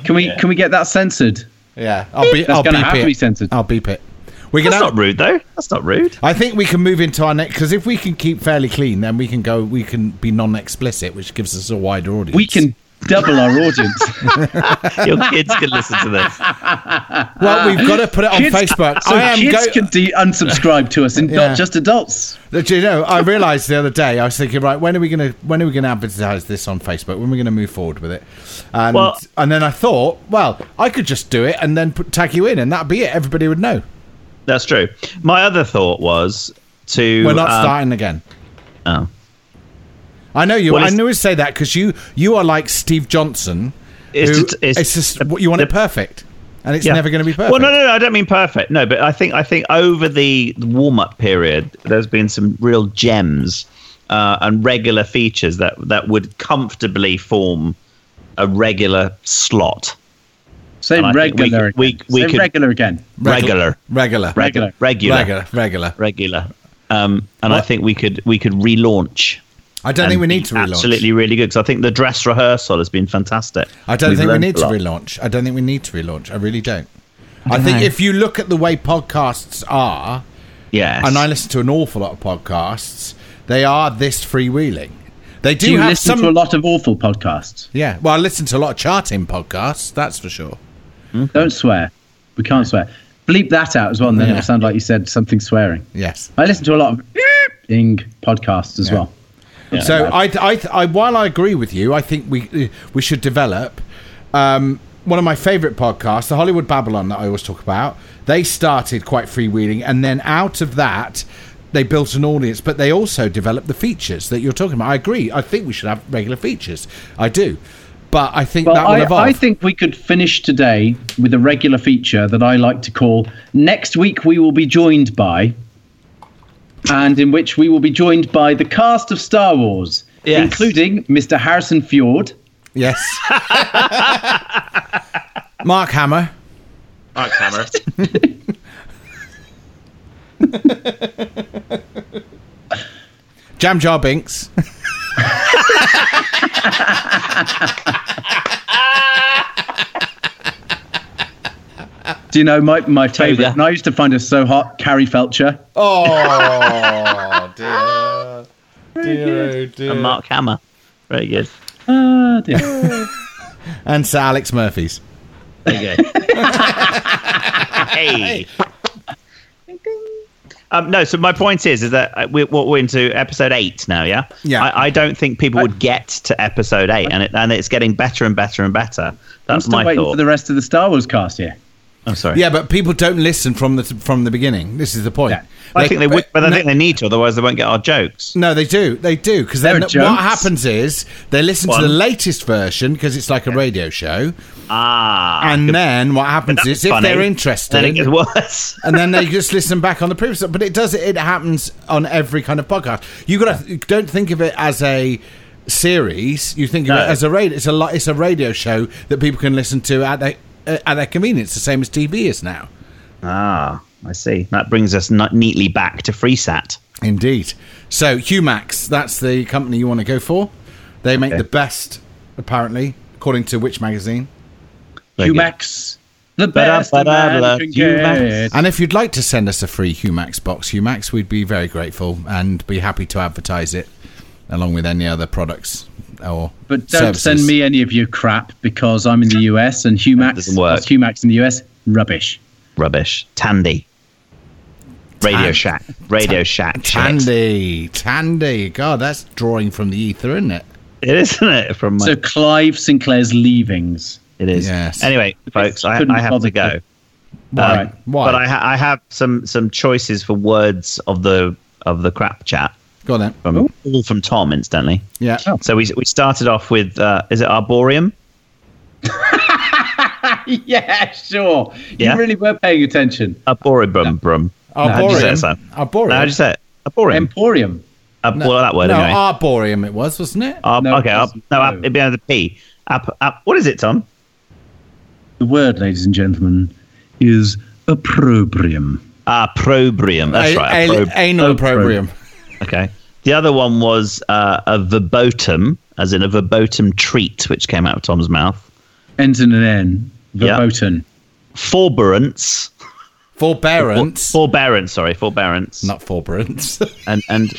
S3: Can we can we get that censored?
S4: Yeah, I'll be.
S3: That's
S4: I'll
S3: gonna
S4: beep
S3: have to
S4: it.
S3: be censored.
S4: I'll beep it. We can.
S2: That's
S4: Have,
S2: not rude, though. That's not rude.
S4: I think we can move into our next because if we can keep fairly clean, then we can go. We can be non-explicit, which gives us a wider audience.
S3: We can double our audience.
S2: Your kids can listen to this.
S4: Well, we've got to put it on
S3: uh, Kids-
S4: Facebook.
S3: So
S4: I am
S3: kids
S4: go-
S3: can de- unsubscribe to us, and
S4: Yeah.
S3: not just adults.
S4: Do you know, I realised the other day. I was thinking, right, when are we going to when are we going to advertise this on Facebook? When are we going to move forward with it? And
S2: Well-
S4: and then I thought, well, I could just do it and then put, tag you in, and that'd be it. Everybody would know.
S2: That's true. My other thought was to.
S4: We're not
S2: um,
S4: starting again.
S2: oh.
S4: I know you.
S2: Well,
S4: I
S2: it's-
S4: knew you'd say that because you you are like Steve Johnson.
S2: It's
S4: who-
S2: just- it's-
S4: just what you want it
S2: the-
S4: perfect, and it's
S2: Yeah.
S4: never going to be perfect.
S2: Well, no, no, no. I don't mean perfect. No, but I think I think over the warm-up period, there's been some real gems uh, and regular features that that would comfortably form a regular slot.
S3: Say
S2: And I think we
S3: regular.
S2: could- we-
S3: again.
S2: we
S3: Say
S2: could-
S3: regular again.
S2: Regular,
S4: regular,
S2: reg-
S3: Regular.
S2: regular, regular,
S4: regular, regular.
S2: Um, and I
S4: What?
S2: think we could we could relaunch.
S4: I don't think
S2: and
S4: we
S2: be
S4: need to relaunch.
S2: Absolutely, really good because I think the dress rehearsal has been fantastic.
S4: I don't
S2: We've
S4: think we
S2: learned
S4: need
S2: a
S4: to
S2: lot.
S4: relaunch. I don't think we need to relaunch. I really don't. I, think if you look at the way podcasts are,
S2: Yes,
S4: and I listen to an awful lot of podcasts, they are this freewheeling. They do,
S3: Do you
S4: have
S3: listen
S4: some.
S3: to a lot of awful podcasts?
S4: yeah, well, I listen to a lot of charting podcasts. That's for sure.
S3: Don't swear. We can't swear. Bleep that out as well, and then
S4: Yeah.
S3: it'll sound like you said something swearing.
S4: Yes.
S3: I listen to a lot of ing podcasts as
S4: Yeah.
S3: well.
S4: so I, I, I, while I agree with you, I think we we should develop um, one of my favourite podcasts, the Hollywood Babylon that I always talk about. They started quite freewheeling, and then out of that, they built an audience, but they also developed the features that you're talking about. I agree. I think we should have regular features. I do, but I think
S3: Well,
S4: that will
S3: I,
S4: evolve.
S3: I think we could finish today with a regular feature that I like to call Next Week We Will Be Joined By, and in which we will be joined by the cast of Star Wars,
S2: Yes.
S3: including Mr. Harrison Fjord,
S4: yes. Mark Hammer.
S10: Mark Hammer.
S4: Jam Jar Binks.
S3: do you know my, my favourite?
S2: yeah.
S3: And I used to find her so hot, Carrie Felcher.
S7: Oh dear. dear, oh, dear.
S2: and Mark Hammer. Very good.
S3: Ah, dear.
S4: and Sir Alex Murphy's.
S2: There you go. hey. Um, no, so my point is, is that uh, we're, what we're into episode eight now, yeah.
S4: Yeah.
S2: I, I don't think people would get to episode eight, and it, and it's getting better and better and better.
S3: I'm
S2: That's
S3: still
S2: my
S3: waiting for
S2: thought.
S3: the rest of the Star Wars cast here.
S2: I'm sorry.
S4: Yeah, but people don't listen from the from the beginning. This is the point.
S3: Yeah.
S2: I think they would, but I
S4: no,
S2: think they need to, otherwise they won't get our jokes.
S4: no, they do. They do because then
S3: There are
S4: what
S3: jokes.
S4: happens is they listen to the
S2: One.
S4: latest version because it's like a radio show,
S2: Ah,
S4: and then what happens
S2: that's
S4: is if
S2: funny.
S4: they're
S2: then it
S4: interested.
S2: gets worse.
S4: and then they just listen back on the previous. But it does. It happens on every kind of podcast. You got to don't think of it as a series. You think of
S2: No.
S4: it as a radio. It's a li- it's a radio show that people can listen to at their uh, at their convenience, the same as TV is now.
S2: ah, I see. That brings us not neatly back to FreeSat.
S4: Indeed. So Humax, that's the company you want to go for. They make the best, apparently, according to which magazine.
S2: Very good.
S3: Humax, the best a
S2: Ba-da-ba-da-da,
S3: man can
S2: Humax.
S3: get.
S4: And if you'd like to send us a free Humax box, Humax, we'd be very grateful and be happy to advertise it along with any other products or
S3: But don't
S4: services.
S3: send me any of your crap because I'm in the US and Humax
S2: doesn't work.
S3: that's Humax in the US rubbish.
S2: Rubbish. Tandy. Radio
S4: Tan-
S2: Shack. Radio Shack. shit.
S4: Tandy, Tandy. God, that's drawing from the ether, isn't it?
S2: It is, isn't it? From my,
S3: So Clive Sinclair's leavings.
S2: it is.
S4: Yes.
S2: Anyway, folks, I,
S3: couldn't
S2: I have
S3: bother
S2: to go. Um,
S3: to- All right.
S4: Why?
S2: But I, ha- I have some some choices for words of the of the crap chat
S4: Go on then.
S2: from all from Tom, incidentally.
S4: Yeah.
S2: So we we started off with uh, is it arboreum?
S3: yeah, sure.
S2: Yeah?
S3: You really were paying attention.
S2: Arboreum. Brum. How'd you say
S4: Arborium.
S2: it, Sam?
S4: Arborium.
S2: No, how'd you say it? Arboreum.
S3: Emporium.
S2: Ar- Well, that word
S4: no,
S2: anyway. Ah,
S4: Arborium it was, wasn't it?
S2: Ar-
S3: No,
S2: okay. Ar-
S3: it's-
S2: no,
S3: no.
S2: ap- it'd be under the P. Ap- ap- what is it, Tom?
S3: The word, ladies and gentlemen, is opprobrium.
S2: Approbrium. That's
S4: A-
S2: right.
S4: a-
S2: approb-
S4: anal opprobrium.
S2: Okay. The other one was uh, a verbotum, as in a verbotum treat, which came out of Tom's mouth.
S3: Ends in an N.
S2: Yeah.
S3: Verboten.
S2: Forbearance.
S4: Forbearance.
S2: Forbearance, sorry, forbearance.
S4: not forbearance.
S2: And and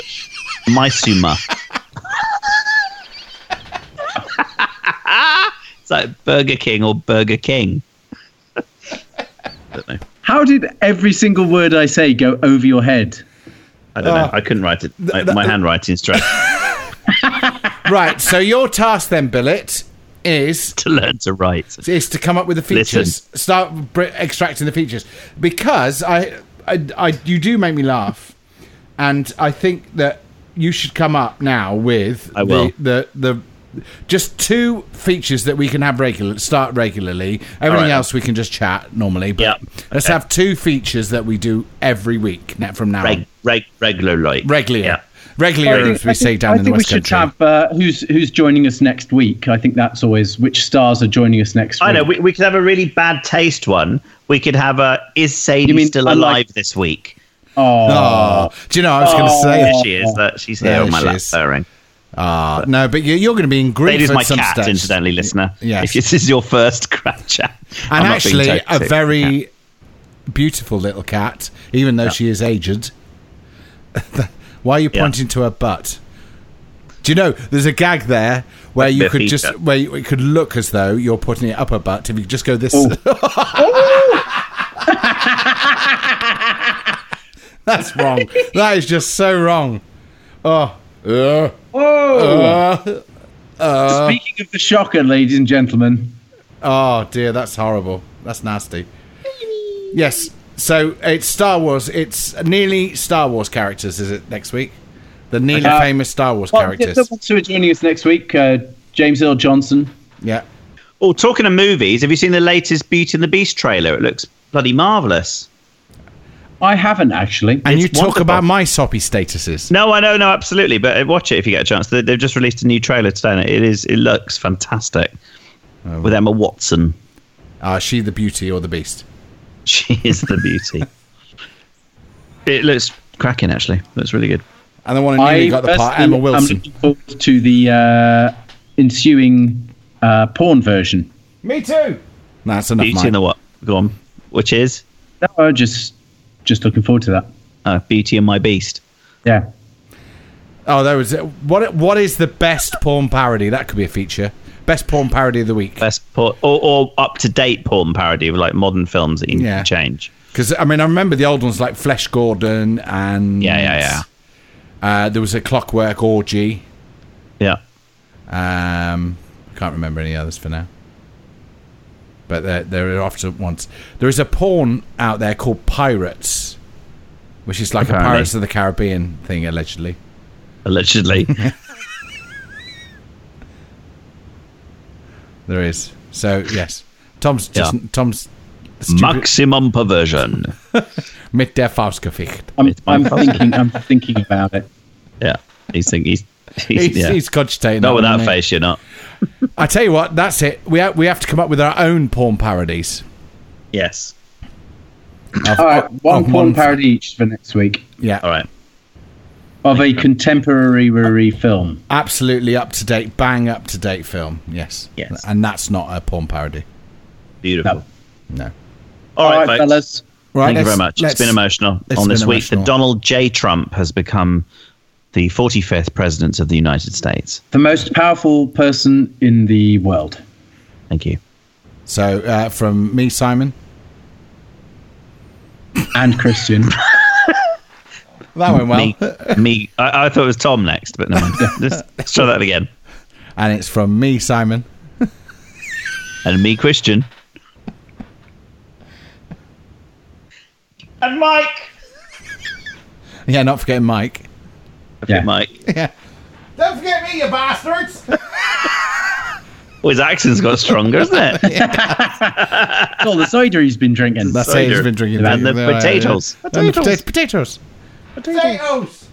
S2: mysuma. it's like Burger King or Burger King. don't know.
S3: How did every single word I say go over your head?
S2: I don't
S4: Ah.
S2: know. I couldn't write it. My, my handwriting's trash
S4: Right, so your task then, Billet, is
S2: to learn to write.
S4: is to come up with the features. Start br- extracting the features because I, I, I, you do make me laugh, and I think that you should come up now with
S2: I will.
S4: the the. the just two features that we can have regular start regularly. Everything
S2: right.
S4: else we can just chat normally. But
S2: Yep.
S4: let's have two features that we do every week now from now
S2: Reg,
S4: on.
S2: reg, regular like.
S4: Regular,
S2: Yeah.
S4: regular,
S3: think-
S4: as we say
S3: think-
S4: down
S3: I
S4: in the
S3: think
S4: West
S3: we should
S4: Country.
S3: have uh, who's who's joining us next week. I think that's always which stars are joining us next week.
S2: I know. We, we could have a really bad taste one. We could have a Is Sadie
S3: You mean
S2: still
S3: unlike-
S2: alive this week?
S4: Oh, do you know? I was going to say
S2: There she is. That she's here
S4: There
S2: on my
S4: she
S2: lap.
S4: is.
S2: there, ring.
S4: Ah, no, but you- you're going to be in grief
S2: Sadie's
S4: at
S2: my
S4: some
S2: cat,
S4: stage.
S2: incidentally, listener.
S4: yes.
S2: If this is your first crap chat,
S4: and
S2: I'm not being
S4: actually, a
S2: totally-
S4: very
S2: Yeah.
S4: beautiful little cat, even though she is aged. Why are you
S2: Yeah.
S4: pointing to her butt? Do you know there's a gag there where
S2: Like
S4: you
S2: their
S4: could just
S2: feature.
S4: where you, it could look as though you're putting it up her butt if you could just go this. That's wrong. that is just so wrong. Oh. Uh, uh,
S3: Speaking of the shocker, ladies and gentlemen,
S4: Oh dear, that's horrible. That's nasty. Yes. So it's Star Wars. It's nearly Star Wars characters. Is it next week? The nearly
S3: Uh,
S4: famous Star Wars
S3: well, the the
S4: characters.
S3: ones who are joining us next week, uh, James Earl Johnson.
S4: yeah.
S2: Oh, talking of movies, have you seen the latest Beauty and the Beast trailer? It looks bloody marvelous.
S3: I haven't actually.
S4: And
S2: It's
S4: you talk
S2: wonderful.
S4: about my soppy statuses.
S2: No, I know, no, absolutely. But uh, watch it if you get a chance. They- They've just released a new trailer today, and it is it looks fantastic
S4: Oh.
S2: with Emma Watson.
S4: Are Ah, she the beauty or the beast?
S2: She is the beauty. it looks cracking, actually. Looks really good.
S4: And the one who nearly
S3: I
S4: got the part,
S3: personally
S4: Emma
S3: am
S4: Wilson.
S3: looking forward to the uh, ensuing uh, porn version.
S7: Me too.
S4: No, that's enough.
S2: Beauty
S4: Mike.
S2: and the what? Go on. Which is
S3: No, I'm just just looking forward to that.
S2: uh, Beauty and My Beast.
S3: Yeah.
S4: oh, there was what? What is the best porn parody? That could be a feature. Best porn parody of the week.
S2: Best por- or, or up to date porn parody of like modern films that you
S4: Yeah.
S2: can change.
S4: Because I mean, I remember the old ones like Flesh Gordon and
S2: Yeah, yeah, yeah.
S4: Uh, there was a Clockwork Orgy.
S2: Yeah.
S4: Um, can't remember any others for now. But there, there are often ones. There is a porn out there called Pirates, which is like a
S2: Apparently.
S4: Pirates of the Caribbean thing, allegedly.
S2: Allegedly.
S4: There is. So yes, Tom's just Tom's stupid-
S2: Maximum perversion.
S4: mit der Faustgefecht.
S3: I'm,
S2: It's my
S3: I'm
S2: first.
S3: thinking I'm thinking about it.
S2: Yeah. He's thinking he's, he's,
S4: He's,
S2: yeah.
S4: he's cogitating.
S2: not
S4: on
S2: with that
S4: it.
S2: face, you're not.
S4: I tell you what, that's it. We have, we have to come up with our own porn parodies.
S2: Yes.
S4: Of,
S3: All right, one
S4: of
S3: porn
S4: one-
S3: parody each for next week
S4: Yeah,
S2: All right.
S3: of a contemporary film.
S4: absolutely up to date, bang up to date film. Yes,
S2: Yes.
S4: and that's not a porn parody.
S2: Beautiful.
S3: No.
S4: No.
S2: All right, folks.
S3: fellas.
S4: Right,
S2: Thank you
S4: let's-
S2: very much.
S4: let's-
S2: It's been emotional
S4: it's
S2: on this
S4: been
S2: week.
S4: emotional.
S2: That Donald J. Trump has become the 45th president of the United States.
S3: The most powerful person in the world.
S2: Thank you.
S4: So uh, from me, Simon.
S3: And Christian.
S4: That went well.
S2: me, me. I, I thought it was Tom next, but no. Let's, let's try that again.
S4: and it's from me, Simon.
S2: And me, Christian.
S8: And Mike.
S4: Yeah, not forgetting Mike.
S3: yeah.
S2: Mike.
S7: Don't forget me, you bastards.
S2: Oh, his accent's got stronger, isn't it?
S3: All the cider he's been drinking.
S4: That's
S2: Cider.
S4: it. He's been drinking
S2: And
S4: that.
S2: the
S4: Yeah,
S2: potatoes.
S4: yeah. And the potatoes. Um, Potatoes.
S7: Potatoes.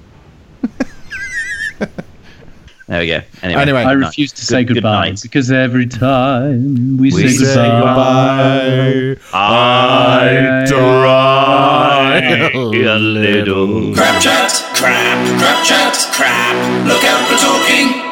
S2: There we go. Anyway,
S4: Anyway.
S3: I
S2: good night.
S3: refuse to say
S2: Good- good
S3: goodbye
S2: night.
S3: because every time we,
S2: We
S3: say
S2: say
S3: goodbye,
S2: I
S4: dry
S2: a little.
S1: Crap chat, crap, crap chat, crap. Look out for talking.